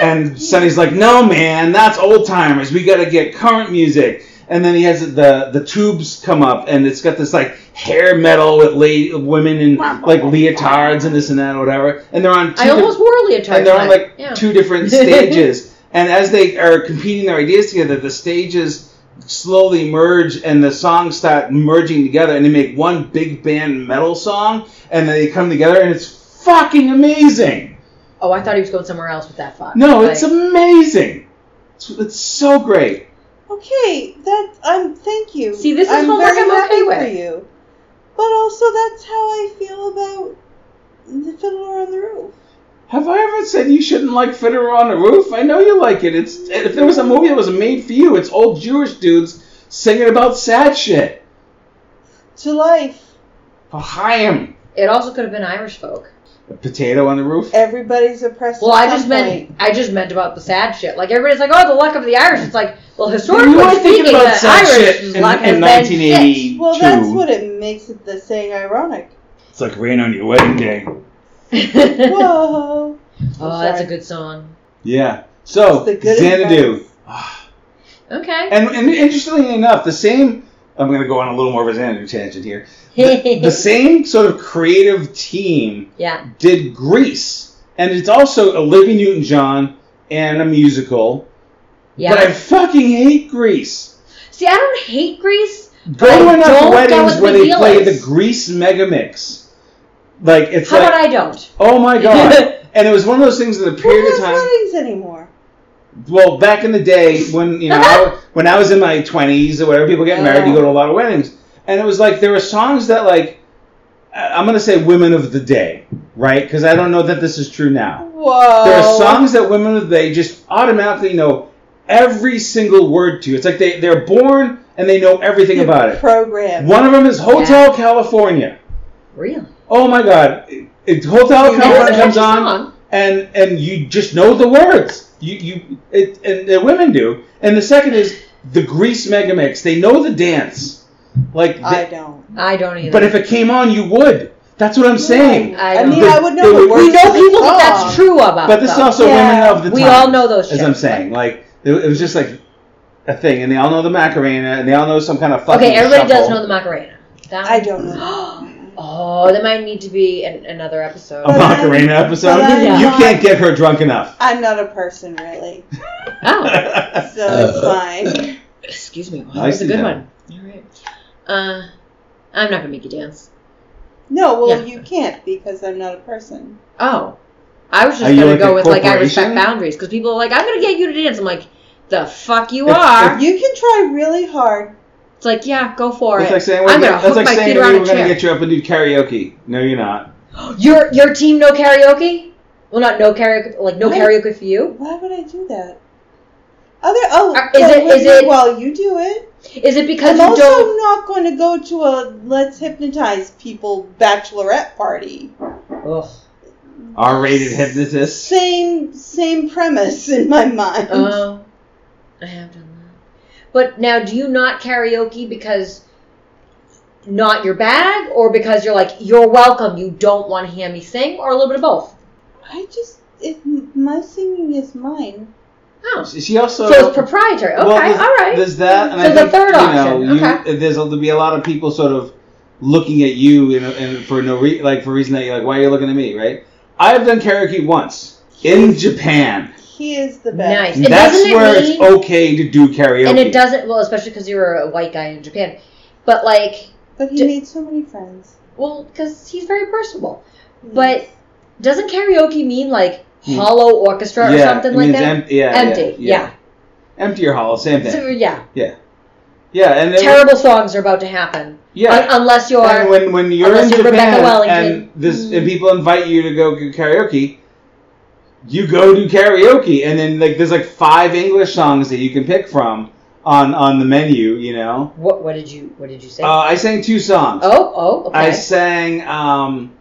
[SPEAKER 5] and Sonny's like, "No, man, that's old timers. We got to get current music." And then he has the the tubes come up, and it's got this like hair metal with la- women in like leotards and this and that or whatever. And they're on. Two
[SPEAKER 1] I almost wore a leotard.
[SPEAKER 5] and they're on
[SPEAKER 1] one.
[SPEAKER 5] like
[SPEAKER 1] yeah.
[SPEAKER 5] two different stages. and as they are competing their ideas together, the stages slowly merge and the songs start merging together and they make one big band metal song and they come together and it's fucking amazing.
[SPEAKER 1] Oh, I thought he was going somewhere else with that thought.
[SPEAKER 5] No, it's
[SPEAKER 1] Like,
[SPEAKER 5] amazing. It's, it's so great.
[SPEAKER 2] Okay, that I'm. Thank you.
[SPEAKER 1] See, this is
[SPEAKER 2] I'm
[SPEAKER 1] homework
[SPEAKER 2] very
[SPEAKER 1] I'm
[SPEAKER 2] happy
[SPEAKER 1] okay
[SPEAKER 2] for
[SPEAKER 1] with.
[SPEAKER 2] you. But also, that's how I feel about the Fiddler on the Roof.
[SPEAKER 5] Have I ever said you shouldn't like Fiddler on the Roof? I know you like it. It's if there was a movie that was made for you, it's old Jewish dudes singing about sad shit.
[SPEAKER 2] To life,
[SPEAKER 5] Chaim.
[SPEAKER 1] it also could have been Irish folk.
[SPEAKER 5] A potato on the roof.
[SPEAKER 2] everybody's oppressed.
[SPEAKER 1] Well,
[SPEAKER 2] at
[SPEAKER 1] I
[SPEAKER 2] some
[SPEAKER 1] just meant
[SPEAKER 2] point.
[SPEAKER 1] I just meant about the sad shit. Like everybody's like, oh, the luck of the Irish. It's like, well, historically
[SPEAKER 5] You were
[SPEAKER 1] speaking,
[SPEAKER 5] thinking about
[SPEAKER 1] the
[SPEAKER 5] sad
[SPEAKER 1] Irish
[SPEAKER 5] shit in,
[SPEAKER 1] luck
[SPEAKER 5] in
[SPEAKER 1] has been shit.
[SPEAKER 5] 1982.
[SPEAKER 2] Well, that's what it makes it the saying ironic.
[SPEAKER 5] It's like rain on your wedding day.
[SPEAKER 2] Whoa.
[SPEAKER 1] oh, that's a good song.
[SPEAKER 5] Yeah. So
[SPEAKER 2] It's the good
[SPEAKER 5] Xanadu,
[SPEAKER 2] advice.
[SPEAKER 1] Okay.
[SPEAKER 5] and, and interestingly enough, the same. I'm going to go on a little more of a Xanadu tangent here. The, the same sort of creative team
[SPEAKER 1] yeah.
[SPEAKER 5] did Grease, and it's also Olivia Newton-John and a musical.
[SPEAKER 1] Yeah.
[SPEAKER 5] But I fucking hate Grease.
[SPEAKER 1] See, I don't hate Greece. but I
[SPEAKER 5] Going
[SPEAKER 1] don't
[SPEAKER 5] on
[SPEAKER 1] get
[SPEAKER 5] weddings
[SPEAKER 1] what the
[SPEAKER 5] where they
[SPEAKER 1] deal
[SPEAKER 5] play
[SPEAKER 1] is.
[SPEAKER 5] the Grease megamix. Like it's
[SPEAKER 1] How
[SPEAKER 5] like
[SPEAKER 1] about I don't?
[SPEAKER 5] Oh my god! and it was one of those things in the
[SPEAKER 2] Who
[SPEAKER 5] period
[SPEAKER 2] has
[SPEAKER 5] of time.
[SPEAKER 2] weddings anymore?
[SPEAKER 5] Well, back in the day when you know I, when I was in my twenties or whatever, people get married. You go to a lot of weddings, and it was like there were songs that like I- I'm gonna say women of the day, right? Because I don't know that this is true now.
[SPEAKER 2] Whoa.
[SPEAKER 5] There are songs that women of the day just automatically know every single word to. It's like they they're born and they know everything about it.
[SPEAKER 2] Program.
[SPEAKER 5] One of them is Hotel California.
[SPEAKER 1] Really?
[SPEAKER 5] Oh my God! It, it- Hotel
[SPEAKER 1] That was a
[SPEAKER 5] California comes
[SPEAKER 1] catchy
[SPEAKER 5] on
[SPEAKER 1] song.
[SPEAKER 5] and and you just know the words. You you it, and the women do. And the second is the Grease Megamix. They know the dance. Like,
[SPEAKER 2] I
[SPEAKER 5] they,
[SPEAKER 2] don't.
[SPEAKER 1] I don't either.
[SPEAKER 5] but if it came on, you would. That's what I'm saying.
[SPEAKER 1] I
[SPEAKER 2] I,
[SPEAKER 1] don't.
[SPEAKER 2] mean, I would know
[SPEAKER 5] We
[SPEAKER 2] the words.
[SPEAKER 1] we
[SPEAKER 2] to
[SPEAKER 1] know
[SPEAKER 2] the
[SPEAKER 1] people that
[SPEAKER 2] song.
[SPEAKER 1] that's true about.
[SPEAKER 5] Oh. But this is
[SPEAKER 1] though.
[SPEAKER 5] also
[SPEAKER 2] Yeah.
[SPEAKER 5] women of the
[SPEAKER 1] We
[SPEAKER 5] time,
[SPEAKER 1] all know those
[SPEAKER 5] As
[SPEAKER 1] shit.
[SPEAKER 5] I'm saying, like it, it was just like a thing, and they all know the Macarena, and they all know some kind of fucking.
[SPEAKER 1] okay, everybody does
[SPEAKER 5] shuffle.
[SPEAKER 1] know the Macarena. That
[SPEAKER 2] I
[SPEAKER 1] one-
[SPEAKER 2] don't know.
[SPEAKER 1] Oh, that might need to be an, another episode.
[SPEAKER 5] a
[SPEAKER 2] But I-
[SPEAKER 5] Macarena episode.
[SPEAKER 2] but I-
[SPEAKER 1] uh,
[SPEAKER 5] You can't get her drunk enough.
[SPEAKER 2] I'm not a person, really.
[SPEAKER 1] oh,
[SPEAKER 2] So it's fine.
[SPEAKER 1] excuse me. Wow, that
[SPEAKER 5] Nicely
[SPEAKER 1] was a
[SPEAKER 5] done.
[SPEAKER 1] good one. All right. Uh, I'm not gonna make you dance.
[SPEAKER 2] No, well,
[SPEAKER 1] Yeah.
[SPEAKER 2] you can't because I'm not a person.
[SPEAKER 1] Oh, I was
[SPEAKER 5] Are
[SPEAKER 1] just
[SPEAKER 5] you
[SPEAKER 1] gonna
[SPEAKER 5] like
[SPEAKER 1] go
[SPEAKER 5] a
[SPEAKER 1] with like I respect
[SPEAKER 5] corporation?
[SPEAKER 1] boundaries because people are like I'm gonna get you to dance. I'm like, the fuck you
[SPEAKER 5] It's-
[SPEAKER 1] are.
[SPEAKER 2] You can try really hard.
[SPEAKER 1] It's like yeah, go for
[SPEAKER 5] That's
[SPEAKER 1] it.
[SPEAKER 5] like saying we're,
[SPEAKER 1] I'm
[SPEAKER 5] gonna,
[SPEAKER 1] gonna
[SPEAKER 5] that's
[SPEAKER 1] hook
[SPEAKER 5] like
[SPEAKER 1] my
[SPEAKER 5] saying
[SPEAKER 1] feet
[SPEAKER 5] to me
[SPEAKER 1] around
[SPEAKER 5] we're
[SPEAKER 1] a
[SPEAKER 5] gonna
[SPEAKER 1] chair.
[SPEAKER 5] get you up and do karaoke. No, you're not.
[SPEAKER 1] Your your team no karaoke? Well, not no karaoke, like no
[SPEAKER 2] What?
[SPEAKER 1] karaoke for you.
[SPEAKER 2] Why would I do that? Other oh,
[SPEAKER 1] Uh, is
[SPEAKER 2] yeah,
[SPEAKER 1] it-
[SPEAKER 2] wait,
[SPEAKER 1] is
[SPEAKER 2] wait,
[SPEAKER 1] it-
[SPEAKER 2] well, you do it.
[SPEAKER 1] Is it
[SPEAKER 2] I'm
[SPEAKER 1] because you
[SPEAKER 2] also
[SPEAKER 1] don't?
[SPEAKER 2] not going to go to a let's hypnotize people bachelorette party.
[SPEAKER 1] Ugh.
[SPEAKER 5] R-rated hypnotist.
[SPEAKER 2] Same same premise in my mind.
[SPEAKER 1] Oh, I have done that. But now, do you not karaoke because not your bag, or because you're like you're welcome, you don't want to hear me sing, or a little bit of both?
[SPEAKER 2] I just it, my singing is mine.
[SPEAKER 1] Oh, so,
[SPEAKER 5] She also.
[SPEAKER 1] it's proprietary. Okay,
[SPEAKER 5] well, there's,
[SPEAKER 1] all right.
[SPEAKER 5] There's that. And
[SPEAKER 1] So
[SPEAKER 5] I
[SPEAKER 1] the
[SPEAKER 5] think,
[SPEAKER 1] third
[SPEAKER 5] you
[SPEAKER 1] option,
[SPEAKER 5] Know, you,
[SPEAKER 1] okay.
[SPEAKER 5] There's there'll be a lot of people sort of looking at you in, in, for no re- like for a reason that you're like, why are you looking at me, right? I've done karaoke once in Japan.
[SPEAKER 2] He is the
[SPEAKER 1] Nice.
[SPEAKER 2] best.
[SPEAKER 1] And
[SPEAKER 5] That's
[SPEAKER 1] doesn't it
[SPEAKER 5] where
[SPEAKER 1] mean-
[SPEAKER 5] it's okay to do karaoke.
[SPEAKER 1] and it doesn't well, especially because you're a white guy in Japan. But like,
[SPEAKER 2] But he
[SPEAKER 1] D-
[SPEAKER 2] made so many friends.
[SPEAKER 1] well, because he's very personable. But doesn't karaoke mean like hollow orchestra or
[SPEAKER 5] Hmm. Yeah,
[SPEAKER 1] something
[SPEAKER 5] it
[SPEAKER 1] like
[SPEAKER 5] means
[SPEAKER 1] that?
[SPEAKER 5] em- yeah,
[SPEAKER 1] Empty.
[SPEAKER 5] yeah, Empty your hall, same
[SPEAKER 1] So,
[SPEAKER 5] thing.
[SPEAKER 1] yeah.
[SPEAKER 5] Yeah, and it-
[SPEAKER 1] Terrible songs are about to happen.
[SPEAKER 5] Yeah.
[SPEAKER 1] Un- unless you're.
[SPEAKER 5] And when, when you're in
[SPEAKER 1] Unless you're Rebecca
[SPEAKER 5] Japan and
[SPEAKER 1] Wellington. Mm.
[SPEAKER 5] this and people invite you to go do karaoke, you go do karaoke, and then like there's like five English songs that you can pick from on on the menu. You know,
[SPEAKER 1] what, what did you What did you say?
[SPEAKER 5] uh, I sang two songs.
[SPEAKER 1] oh, oh, okay.
[SPEAKER 5] I sang um,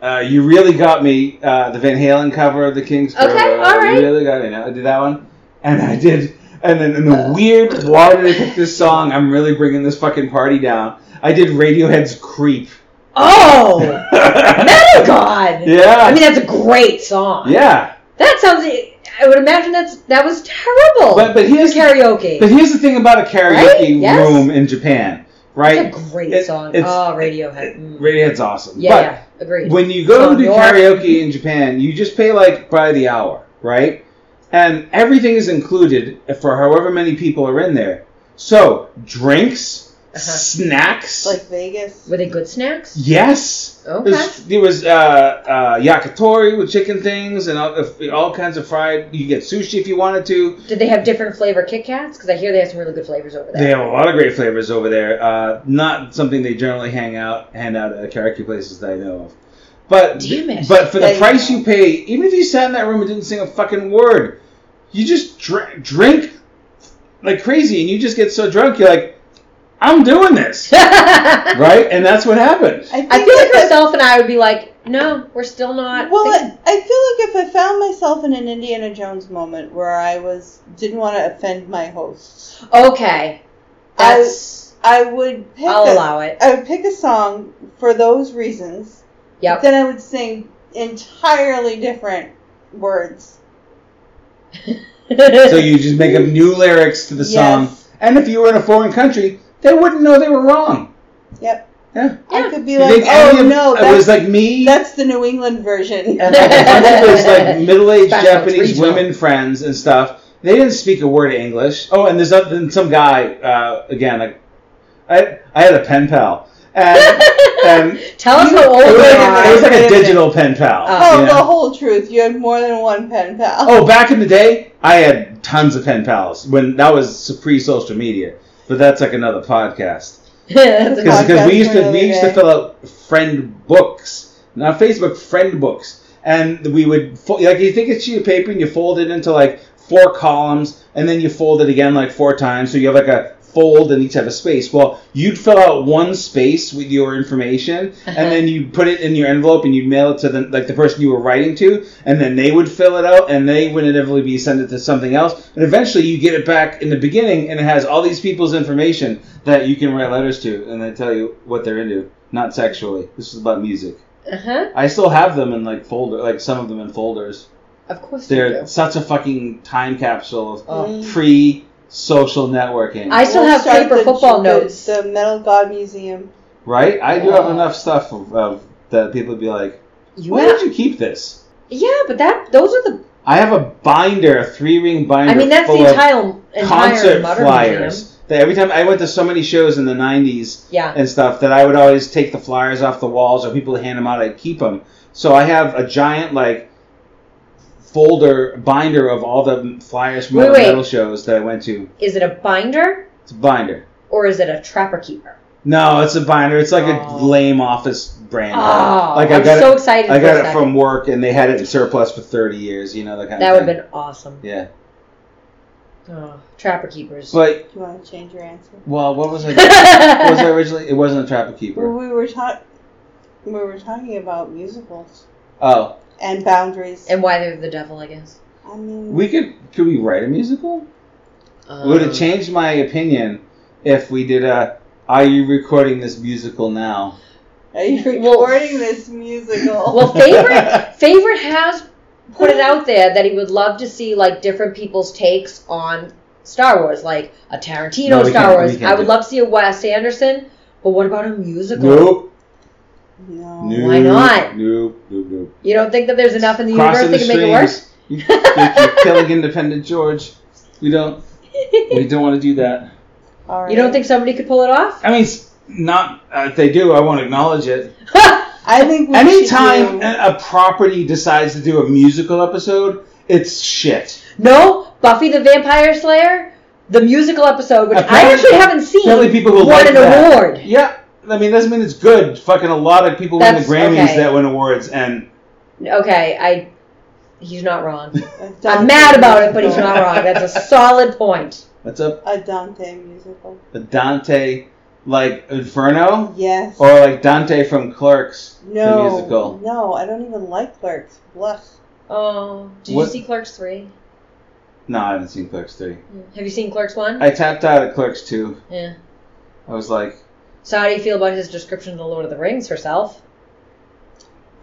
[SPEAKER 5] uh, "You Really Got Me," uh, the Van Halen cover of the Kings.
[SPEAKER 1] Okay, all right.
[SPEAKER 5] You really got me. Now I did that one, and I did. And then in
[SPEAKER 1] Uh.
[SPEAKER 5] the weird, why did I pick this song? I'm really bringing this fucking party down. I did Radiohead's "Creep."
[SPEAKER 1] oh, metal god.
[SPEAKER 5] Yeah.
[SPEAKER 1] I mean, that's a great song.
[SPEAKER 5] yeah.
[SPEAKER 1] That sounds. I would imagine that's that was terrible.
[SPEAKER 5] But- but
[SPEAKER 1] for
[SPEAKER 5] here's-
[SPEAKER 1] karaoke.
[SPEAKER 5] But here's the thing about a
[SPEAKER 1] Right?
[SPEAKER 5] karaoke
[SPEAKER 1] Yes.
[SPEAKER 5] room in Japan, right?
[SPEAKER 1] That's a great
[SPEAKER 5] It-
[SPEAKER 1] song.
[SPEAKER 5] it's-
[SPEAKER 1] oh, Radiohead. Mm.
[SPEAKER 5] Radiohead's awesome.
[SPEAKER 1] yeah,
[SPEAKER 5] but
[SPEAKER 1] yeah, agreed.
[SPEAKER 5] when you go
[SPEAKER 1] So
[SPEAKER 5] to do
[SPEAKER 1] your-
[SPEAKER 5] karaoke in Japan, you just pay like by the hour, right? And everything is included for however many people are in there. So drinks,
[SPEAKER 1] Uh-huh.
[SPEAKER 5] snacks.
[SPEAKER 2] Like Vegas.
[SPEAKER 1] Were they good snacks?
[SPEAKER 5] yes.
[SPEAKER 1] Okay.
[SPEAKER 5] There's- There was uh, uh, yakitori with chicken things and all, all kinds of fried. You get sushi if you wanted to.
[SPEAKER 1] Did they have different flavor Kit Kats? Because I hear they have some really good flavors over
[SPEAKER 5] They
[SPEAKER 1] there.
[SPEAKER 5] have a lot of great flavors over there. Uh, not something they generally hang out hand out at karaoke places that I know of. But
[SPEAKER 1] Damn it.
[SPEAKER 5] but for the
[SPEAKER 2] They-
[SPEAKER 5] price you pay, even if you sat in that room and didn't sing a fucking word, you just drink, drink like crazy, and you just get so drunk, you're like, I'm doing this, right? And that's what happened.
[SPEAKER 2] think
[SPEAKER 1] I feel like
[SPEAKER 2] if I-
[SPEAKER 1] myself and I would be like, no, we're still not.
[SPEAKER 2] Well,
[SPEAKER 1] fixing-
[SPEAKER 2] I, I feel like if I found myself in an Indiana Jones moment where I was didn't want to offend my hosts, I-
[SPEAKER 1] okay, that's
[SPEAKER 2] I would pick
[SPEAKER 1] I'll
[SPEAKER 2] a-
[SPEAKER 1] allow it.
[SPEAKER 2] I would pick a song for those reasons.
[SPEAKER 1] Yep.
[SPEAKER 2] Then I would sing entirely different words.
[SPEAKER 5] So you just make up new lyrics to the song,
[SPEAKER 2] Yes.
[SPEAKER 5] and if you were in a foreign country, they wouldn't know they were wrong.
[SPEAKER 2] Yep.
[SPEAKER 5] Yeah.
[SPEAKER 2] I
[SPEAKER 1] Yeah.
[SPEAKER 2] could be
[SPEAKER 5] You
[SPEAKER 2] like,
[SPEAKER 5] think any
[SPEAKER 2] oh
[SPEAKER 5] of-
[SPEAKER 2] no,
[SPEAKER 5] it was
[SPEAKER 2] that's,
[SPEAKER 5] like me.
[SPEAKER 2] that's the New England version.
[SPEAKER 5] and like, a bunch of those like middle-aged
[SPEAKER 1] That's not
[SPEAKER 5] Japanese
[SPEAKER 1] regional.
[SPEAKER 5] women friends and stuff. They didn't speak a word of English. Oh, and there's other, and some guy uh, again. Like, I I had a pen pal, and, and it,
[SPEAKER 1] Tell us how old
[SPEAKER 5] was
[SPEAKER 1] you
[SPEAKER 5] like, it was
[SPEAKER 1] are.
[SPEAKER 5] like a digital pen pal.
[SPEAKER 1] Oh.
[SPEAKER 2] oh,
[SPEAKER 5] you know?
[SPEAKER 2] the whole truth. You had more than one pen pal.
[SPEAKER 5] Oh, back in the day, I had tons of pen pals when that was pre-social media. But that's like another podcast.
[SPEAKER 1] That's a
[SPEAKER 2] Podcast
[SPEAKER 5] because we used to
[SPEAKER 2] for
[SPEAKER 5] we
[SPEAKER 2] another
[SPEAKER 5] used to
[SPEAKER 2] day.
[SPEAKER 5] fill out friend books, not Facebook friend books, and we would fo- like you take a sheet of paper and you fold it into like four columns, and then you fold it again like four times, so you have like a fold and each have a space. Well, you'd fill out one space with your information, and then you put it in your envelope and you mail it to the like the person you were writing to, and then they would fill it out, and they would inevitably be sent it to something else, and eventually you get it back in the beginning, and it has all these people's information that you can write letters to, and they tell you what they're into, not sexually. This is about music.
[SPEAKER 1] Uh-huh.
[SPEAKER 5] I still have them in like folder, like some of them in folders.
[SPEAKER 1] Of course they
[SPEAKER 5] They're
[SPEAKER 1] do.
[SPEAKER 5] such a fucking time capsule of
[SPEAKER 1] Oh.
[SPEAKER 5] pre social networking.
[SPEAKER 1] I still
[SPEAKER 2] We'll
[SPEAKER 1] have
[SPEAKER 2] start
[SPEAKER 1] paper
[SPEAKER 2] the-
[SPEAKER 1] football
[SPEAKER 2] the-
[SPEAKER 1] notes.
[SPEAKER 2] The Metal God Museum.
[SPEAKER 5] right? I do
[SPEAKER 1] Oh.
[SPEAKER 5] have enough stuff of, of that people would be like,
[SPEAKER 1] You
[SPEAKER 5] why
[SPEAKER 1] have-
[SPEAKER 5] did you keep this?
[SPEAKER 1] yeah, but that those are the.
[SPEAKER 5] I have a binder, a three ring binder.
[SPEAKER 1] I mean, that's
[SPEAKER 5] full
[SPEAKER 1] the
[SPEAKER 5] of
[SPEAKER 1] entire entire
[SPEAKER 5] concert
[SPEAKER 1] modern
[SPEAKER 5] flyers.
[SPEAKER 1] museum.
[SPEAKER 5] That every time I went to so many shows in the '90s
[SPEAKER 1] Yeah.
[SPEAKER 5] and stuff, that I would always take the flyers off the walls, or people would hand them out. I'd keep them. So I have a giant like folder binder of all the flyers from
[SPEAKER 1] Wait,
[SPEAKER 5] all the
[SPEAKER 1] wait.
[SPEAKER 5] metal shows that I went to.
[SPEAKER 1] Is it a binder
[SPEAKER 5] It's a binder.
[SPEAKER 1] or is it a trapper keeper?
[SPEAKER 5] No, it's a binder. It's like
[SPEAKER 1] Oh.
[SPEAKER 5] a lame office brand.
[SPEAKER 1] Oh,
[SPEAKER 5] uh, like
[SPEAKER 1] I'm
[SPEAKER 5] I got
[SPEAKER 1] so
[SPEAKER 5] it.
[SPEAKER 1] excited.
[SPEAKER 5] I
[SPEAKER 1] for a
[SPEAKER 5] got it
[SPEAKER 1] second.
[SPEAKER 5] from work, and they had it in surplus for 30 years. You know that kind
[SPEAKER 1] That
[SPEAKER 5] of
[SPEAKER 1] would
[SPEAKER 5] thing.
[SPEAKER 1] have been awesome.
[SPEAKER 5] yeah.
[SPEAKER 1] Oh, trapper keepers.
[SPEAKER 5] But
[SPEAKER 2] Do you want to change your answer?
[SPEAKER 5] well, what was I? What was I
[SPEAKER 1] oh,
[SPEAKER 5] originally? It wasn't a trapper
[SPEAKER 2] Well,
[SPEAKER 5] keeper.
[SPEAKER 2] we were talking. We were talking about musicals
[SPEAKER 5] Oh,
[SPEAKER 2] and boundaries.
[SPEAKER 1] and why they're the devil, I guess.
[SPEAKER 2] I mean,
[SPEAKER 5] we could could we write a musical? Would
[SPEAKER 1] Um,
[SPEAKER 5] it change my opinion if we did a? Are you recording this musical now?
[SPEAKER 2] are you recording
[SPEAKER 1] Well-
[SPEAKER 2] this musical?
[SPEAKER 1] Well, favorite favorite has put it out there that he would love to see like different people's takes on Star Wars, like a Tarantino
[SPEAKER 5] No, we
[SPEAKER 1] Star
[SPEAKER 5] can't-
[SPEAKER 1] Wars.
[SPEAKER 5] we can't
[SPEAKER 1] I would
[SPEAKER 5] do-
[SPEAKER 1] love to see a Wes Anderson, but what about a musical?
[SPEAKER 5] Nope.
[SPEAKER 2] no.
[SPEAKER 5] nope.
[SPEAKER 1] Why not?
[SPEAKER 5] Nope. Nope. Nope.
[SPEAKER 1] You don't think that there's enough in the
[SPEAKER 5] Crossing the
[SPEAKER 1] universe that can make it
[SPEAKER 5] streams. You, are killing independent George. We don't. We don't want to do that.
[SPEAKER 2] All
[SPEAKER 1] work?
[SPEAKER 2] right.
[SPEAKER 1] You don't think somebody could pull it off?
[SPEAKER 5] I mean, s- not uh, if they do. I won't acknowledge it.
[SPEAKER 2] I think we should
[SPEAKER 5] Anytime uh,
[SPEAKER 2] do-
[SPEAKER 5] a a property decides to do a musical episode, it's shit.
[SPEAKER 1] No, Buffy the Vampire Slayer, the musical episode, which I
[SPEAKER 5] Apparently-
[SPEAKER 1] actually haven't seen,
[SPEAKER 5] Apparently people will
[SPEAKER 1] won
[SPEAKER 5] like
[SPEAKER 1] an
[SPEAKER 5] that.
[SPEAKER 1] award.
[SPEAKER 5] Yeah, I mean doesn't mean it's good. Fucking a lot of people win
[SPEAKER 1] That's-
[SPEAKER 5] the Grammys
[SPEAKER 1] okay.
[SPEAKER 5] that win awards, and
[SPEAKER 1] Okay, I. He's not wrong.
[SPEAKER 2] a Dante
[SPEAKER 1] I'm mad about it, but he's
[SPEAKER 2] musical.
[SPEAKER 1] not wrong. That's a solid point.
[SPEAKER 5] what's up,
[SPEAKER 2] A Dante musical.
[SPEAKER 5] the Dante like Inferno
[SPEAKER 2] Yes.
[SPEAKER 5] or like Dante from Clerks,
[SPEAKER 2] no.
[SPEAKER 5] the musical.
[SPEAKER 2] No, I don't even like Clerks. Bluff.
[SPEAKER 1] Oh, did
[SPEAKER 5] What-
[SPEAKER 1] you see Clerks three?
[SPEAKER 5] No, I haven't seen Clerks three.
[SPEAKER 1] Have you seen Clerks one?
[SPEAKER 5] I tapped out at Clerks two.
[SPEAKER 1] yeah.
[SPEAKER 5] I was like,
[SPEAKER 1] So how do you feel about his description of the Lord of the Rings herself,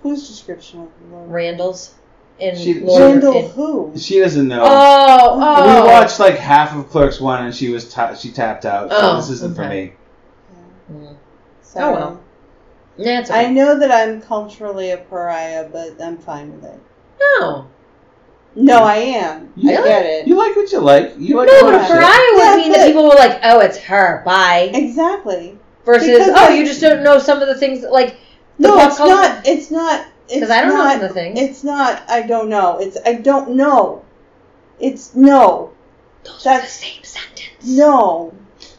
[SPEAKER 2] Whose description of the Lord?
[SPEAKER 1] Randall's? in
[SPEAKER 5] She-
[SPEAKER 1] Lord
[SPEAKER 2] Jindal
[SPEAKER 1] in-
[SPEAKER 2] who?
[SPEAKER 5] She doesn't know.
[SPEAKER 1] Oh, oh.
[SPEAKER 5] We watched like half of Clerks One, and she was ta- she tapped out. So
[SPEAKER 1] Oh,
[SPEAKER 5] this isn't for
[SPEAKER 1] okay.
[SPEAKER 5] me.
[SPEAKER 1] Mm.
[SPEAKER 2] Sorry.
[SPEAKER 1] Oh, well. Nah, it's
[SPEAKER 2] I
[SPEAKER 1] okay.
[SPEAKER 2] know that I'm culturally a pariah, but I'm fine with it.
[SPEAKER 1] no.
[SPEAKER 2] No, I am. I
[SPEAKER 5] Really?
[SPEAKER 2] get it.
[SPEAKER 5] You like what you like. You like
[SPEAKER 2] No,
[SPEAKER 1] No,
[SPEAKER 5] what
[SPEAKER 1] but a
[SPEAKER 5] you
[SPEAKER 2] Yeah,
[SPEAKER 1] pariah
[SPEAKER 5] like.
[SPEAKER 1] would
[SPEAKER 2] but-
[SPEAKER 1] mean that people were like, oh, it's her, bye.
[SPEAKER 2] Exactly.
[SPEAKER 1] Versus,
[SPEAKER 2] Because
[SPEAKER 1] oh,
[SPEAKER 2] I-
[SPEAKER 1] you just don't know some of the things, that, like, The
[SPEAKER 2] No,
[SPEAKER 1] pop
[SPEAKER 2] it's
[SPEAKER 1] culture-
[SPEAKER 2] not. It's not. It's
[SPEAKER 1] because I don't know
[SPEAKER 2] not,
[SPEAKER 1] some of the things.
[SPEAKER 2] It's not. I don't know. It's. I don't know. It's no.
[SPEAKER 1] Those are the
[SPEAKER 2] that's-
[SPEAKER 1] same sentence.
[SPEAKER 2] No.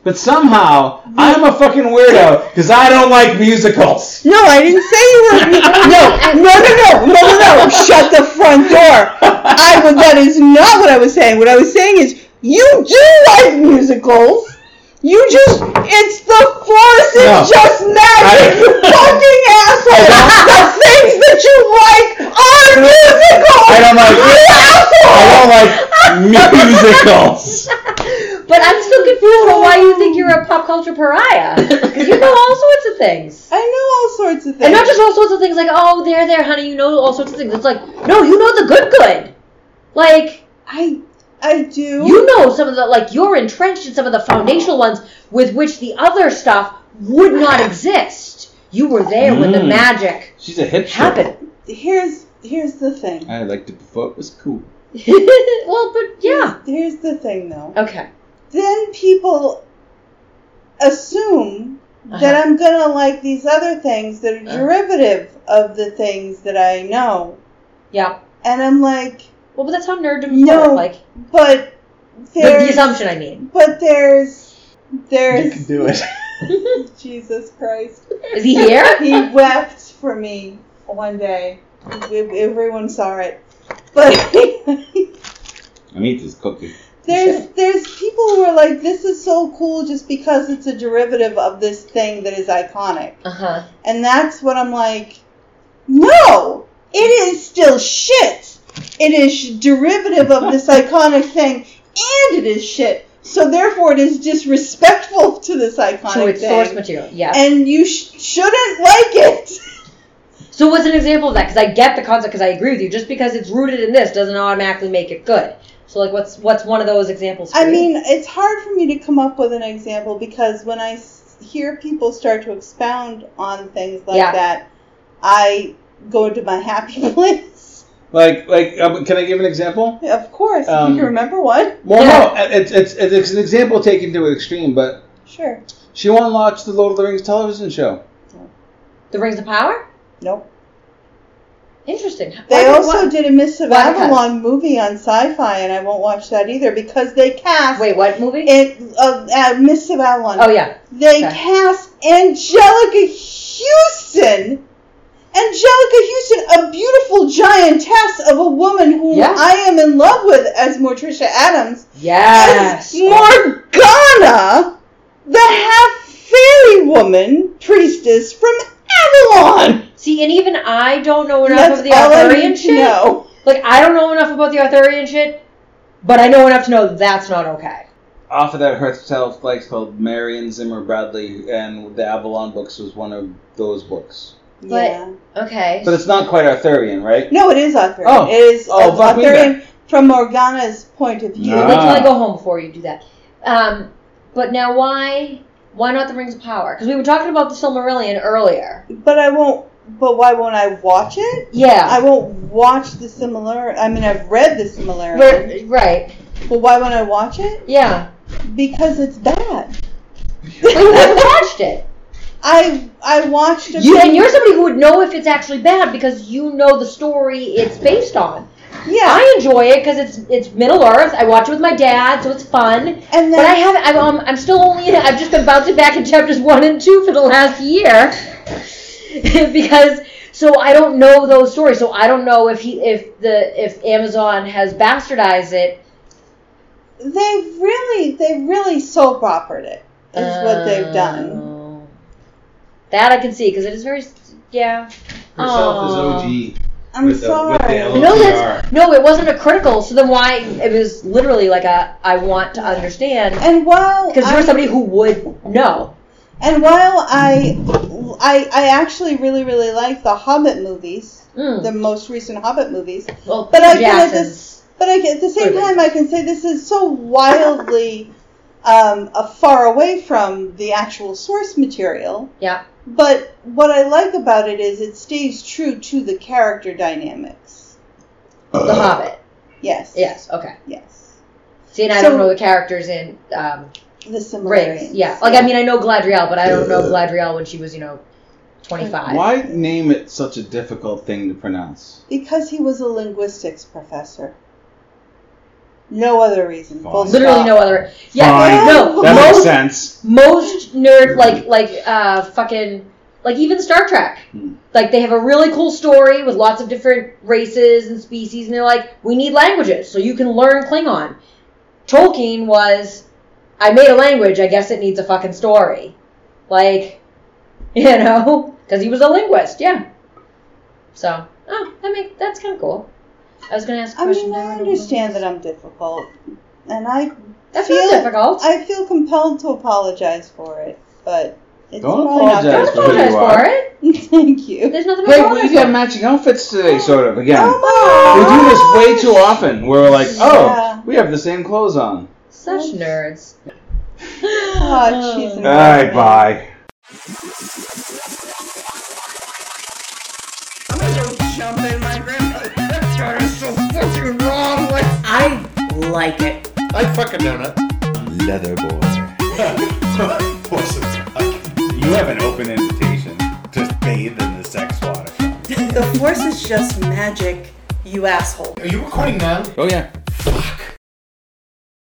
[SPEAKER 5] But somehow I'm a fucking weirdo because I don't like musicals.
[SPEAKER 2] No, I didn't say you were. No, no, no, no, no, no, no. Shut the front door. I would, that is not what I was saying. What I was saying is you do like musicals. You just it's the force. It's
[SPEAKER 5] No.
[SPEAKER 2] just magic.
[SPEAKER 5] I-
[SPEAKER 2] you fucking asshole. the things that you like are musicals.
[SPEAKER 5] I don't like-
[SPEAKER 2] You asshole.
[SPEAKER 5] I don't like musicals.
[SPEAKER 1] But I'm still confused on why you think you're a pop culture pariah. Because you know all sorts of things.
[SPEAKER 2] I know all sorts of things.
[SPEAKER 1] And not just all sorts of things like, oh, there, there, honey, you know all sorts of things. It's like, no, you know the good, good. Like,
[SPEAKER 2] I I do.
[SPEAKER 1] you know some of the, like, you're entrenched in some of the foundational ones with which the other stuff would not exist. You were there when the
[SPEAKER 5] Mm.
[SPEAKER 1] magic
[SPEAKER 5] She's a hipster.
[SPEAKER 1] happened.
[SPEAKER 2] here's here's the thing.
[SPEAKER 5] I liked it before it was cool.
[SPEAKER 1] well, but yeah.
[SPEAKER 2] Here's the thing though.
[SPEAKER 1] Okay.
[SPEAKER 2] then people assume
[SPEAKER 1] Uh-huh.
[SPEAKER 2] that I'm gonna like these other things that are
[SPEAKER 5] Uh.
[SPEAKER 1] Uh-huh.
[SPEAKER 2] derivative of the things that I know.
[SPEAKER 1] Yeah.
[SPEAKER 2] And I'm like,
[SPEAKER 1] Well, but that's how nerddom
[SPEAKER 2] No.
[SPEAKER 1] work. Like,
[SPEAKER 2] but
[SPEAKER 1] the,
[SPEAKER 2] there's
[SPEAKER 1] the assumption, I mean.
[SPEAKER 2] but there's
[SPEAKER 5] You can
[SPEAKER 2] there's
[SPEAKER 5] do it.
[SPEAKER 2] Jesus Christ.
[SPEAKER 1] Is he here?
[SPEAKER 2] He wept for me one day. Everyone saw it. But
[SPEAKER 5] I mean, this cookie.
[SPEAKER 2] There's there's people who are like, this is so cool just because it's a derivative of this thing that is iconic,
[SPEAKER 1] Uh huh.
[SPEAKER 2] and that's what I'm like. No, it is still shit. It is derivative of this iconic thing, and it is shit. So therefore, it is disrespectful to this iconic
[SPEAKER 1] To its
[SPEAKER 2] thing,
[SPEAKER 1] source material. Yeah.
[SPEAKER 2] and you sh- shouldn't like it.
[SPEAKER 1] So what's an example of that? Because I get the concept. Because I agree with you. Just because it's rooted in this doesn't automatically make it good. So like, what's what's one of those examples? For
[SPEAKER 2] I
[SPEAKER 1] you?
[SPEAKER 2] mean, it's hard for me to come up with an example because when I s- hear people start to expound on things like
[SPEAKER 1] Yeah.
[SPEAKER 2] that, I go into my happy place.
[SPEAKER 5] Like, like, um, can I give an example?
[SPEAKER 2] Of course, if
[SPEAKER 5] Um,
[SPEAKER 2] you can remember one.
[SPEAKER 5] Well,
[SPEAKER 1] Yeah.
[SPEAKER 5] no, it's, it's, it's an example taken to an extreme, but
[SPEAKER 2] Sure.
[SPEAKER 5] she won't watch the Lord of the Rings television show.
[SPEAKER 1] the Rings of Power.
[SPEAKER 2] Nope.
[SPEAKER 1] Interesting.
[SPEAKER 2] They
[SPEAKER 1] Why-
[SPEAKER 2] also
[SPEAKER 1] why-
[SPEAKER 2] did a Miss of
[SPEAKER 1] why the
[SPEAKER 2] Avalon movie on Sci-Fi, and I won't watch that either because they cast
[SPEAKER 1] Wait, what movie?
[SPEAKER 2] it uh, uh, Miss of Avalon.
[SPEAKER 1] oh yeah.
[SPEAKER 2] They
[SPEAKER 1] Okay.
[SPEAKER 2] cast Angelica Houston. Angelica Houston, a beautiful giantess of a woman who
[SPEAKER 1] Yeah.
[SPEAKER 2] I am in love with as Morticia Adams,
[SPEAKER 1] Yes.
[SPEAKER 2] as Morgana, the half fairy woman priestess from Avalon.
[SPEAKER 1] See, and even I don't know enough
[SPEAKER 2] That's
[SPEAKER 1] of the
[SPEAKER 2] all I
[SPEAKER 1] Arthurian
[SPEAKER 2] need to
[SPEAKER 1] shit.
[SPEAKER 2] know.
[SPEAKER 1] Like I don't know enough about the Arthurian shit, but I know enough to know that's not okay.
[SPEAKER 5] Off of that herself likes called Marion Zimmer Bradley, and the Avalon books was one of those books.
[SPEAKER 1] But-
[SPEAKER 2] yeah.
[SPEAKER 1] Okay.
[SPEAKER 5] But it's not quite Arthurian, right?
[SPEAKER 2] No, it is Arthurian.
[SPEAKER 5] Oh.
[SPEAKER 2] It is
[SPEAKER 5] Oh, fuck me
[SPEAKER 2] Arthurian from Morgana's point of view.
[SPEAKER 5] No.
[SPEAKER 1] Wait till I
[SPEAKER 5] Ah.
[SPEAKER 1] go home before you do that. Um, but now why why not the Rings of Power? Because we were talking about the Silmarillion earlier.
[SPEAKER 2] But I won't. But why won't I watch it? I
[SPEAKER 1] Yeah.
[SPEAKER 2] won't watch the similar. I mean, I've read the similarity,
[SPEAKER 1] But- right.
[SPEAKER 2] but why won't I watch it?
[SPEAKER 1] Yeah.
[SPEAKER 2] Because it's bad.
[SPEAKER 1] But you haven't watched it.
[SPEAKER 2] I I watched a
[SPEAKER 1] You,
[SPEAKER 2] few-
[SPEAKER 1] and you're somebody who would know if it's actually bad because you know the story it's based on.
[SPEAKER 2] yeah,
[SPEAKER 1] I enjoy it because it's it's Middle Earth. I watch it with my dad, so it's fun.
[SPEAKER 2] and
[SPEAKER 1] But I
[SPEAKER 2] then
[SPEAKER 1] haven't. I'm, um, I'm still only. In, I've just been bouncing back in chapters one and two for the last year, because so I don't know those stories. So I don't know if he, if the, if Amazon has bastardized it.
[SPEAKER 2] they really they really soap opered it. Is what they've done.
[SPEAKER 1] Oh. That I can see because it is very. s- Yeah.
[SPEAKER 5] Herself
[SPEAKER 1] Aw.
[SPEAKER 5] is OG.
[SPEAKER 2] I'm
[SPEAKER 5] with the-
[SPEAKER 2] sorry.
[SPEAKER 5] with the LOL.
[SPEAKER 1] No,
[SPEAKER 5] OTR.
[SPEAKER 1] that's no. It wasn't a critical. So then why? It was literally like a. I want to understand
[SPEAKER 2] and while
[SPEAKER 1] because
[SPEAKER 2] I-
[SPEAKER 1] you're somebody who would know.
[SPEAKER 2] and while I I I actually really really like the Hobbit movies.
[SPEAKER 1] Mm.
[SPEAKER 2] the most recent Hobbit movies.
[SPEAKER 1] Well,
[SPEAKER 2] But I feel like
[SPEAKER 1] Jackson's.
[SPEAKER 2] this, but I, at the same
[SPEAKER 1] Wait, wait.
[SPEAKER 2] time, I can say this is so wildly um, uh, far away from the actual source material.
[SPEAKER 1] Yeah.
[SPEAKER 2] But what I like about it is it stays true to the character dynamics.
[SPEAKER 1] The Hobbit.
[SPEAKER 2] Yes.
[SPEAKER 1] Yes. Okay.
[SPEAKER 2] Yes.
[SPEAKER 1] See, and I
[SPEAKER 2] So-
[SPEAKER 1] don't know the characters in um,
[SPEAKER 2] The
[SPEAKER 1] Rings.
[SPEAKER 2] similarities.
[SPEAKER 1] Yeah. Like, I mean, I know Gladriel, but I don't know Gladriel when she was, you know, 25.
[SPEAKER 5] Why name it such a difficult thing to pronounce?
[SPEAKER 2] because he was a linguistics professor. No other reason. Full
[SPEAKER 5] Fine.
[SPEAKER 1] Literally
[SPEAKER 2] stop.
[SPEAKER 1] no other. Yeah.
[SPEAKER 5] Fine.
[SPEAKER 1] No.
[SPEAKER 5] That makes
[SPEAKER 1] most
[SPEAKER 5] sense.
[SPEAKER 1] most nerd like like uh fucking like even Star Trek.
[SPEAKER 5] Hmm.
[SPEAKER 1] Like they have a really cool story with lots of different races and species, and they're like, we need languages so you can learn Klingon. Tolkien was, I made a language. I guess it needs a fucking story, like, you know, because he was a linguist. Yeah. So, oh, that make that's kind of cool. I was gonna ask. A
[SPEAKER 2] I
[SPEAKER 1] question
[SPEAKER 2] mean, I understand that I'm difficult, and I
[SPEAKER 1] That's
[SPEAKER 2] feel
[SPEAKER 1] not difficult.
[SPEAKER 2] I feel compelled to apologize for it, but it's
[SPEAKER 5] Don't
[SPEAKER 2] probably not
[SPEAKER 5] apologize
[SPEAKER 1] Don't
[SPEAKER 5] That's what you
[SPEAKER 1] apologize
[SPEAKER 5] are.
[SPEAKER 1] for it.
[SPEAKER 2] difficult. Thank you.
[SPEAKER 1] There's nothing. to
[SPEAKER 5] Wait,
[SPEAKER 1] apologize
[SPEAKER 5] we got
[SPEAKER 1] for.
[SPEAKER 5] matching outfits today, sort of, again. We do this
[SPEAKER 2] Oh
[SPEAKER 5] way too often. We're like, oh,
[SPEAKER 2] Yeah.
[SPEAKER 5] we have the same clothes on.
[SPEAKER 1] Such nerds.
[SPEAKER 2] Oh, she's an-
[SPEAKER 5] All right, bye.
[SPEAKER 6] I like it.
[SPEAKER 3] I fuck a donut.
[SPEAKER 4] Leather boy.
[SPEAKER 3] Poison.
[SPEAKER 7] You have an open invitation. Just bathe in the sex water.
[SPEAKER 6] The force is just magic, you asshole.
[SPEAKER 3] Are you recording now?
[SPEAKER 4] Oh yeah.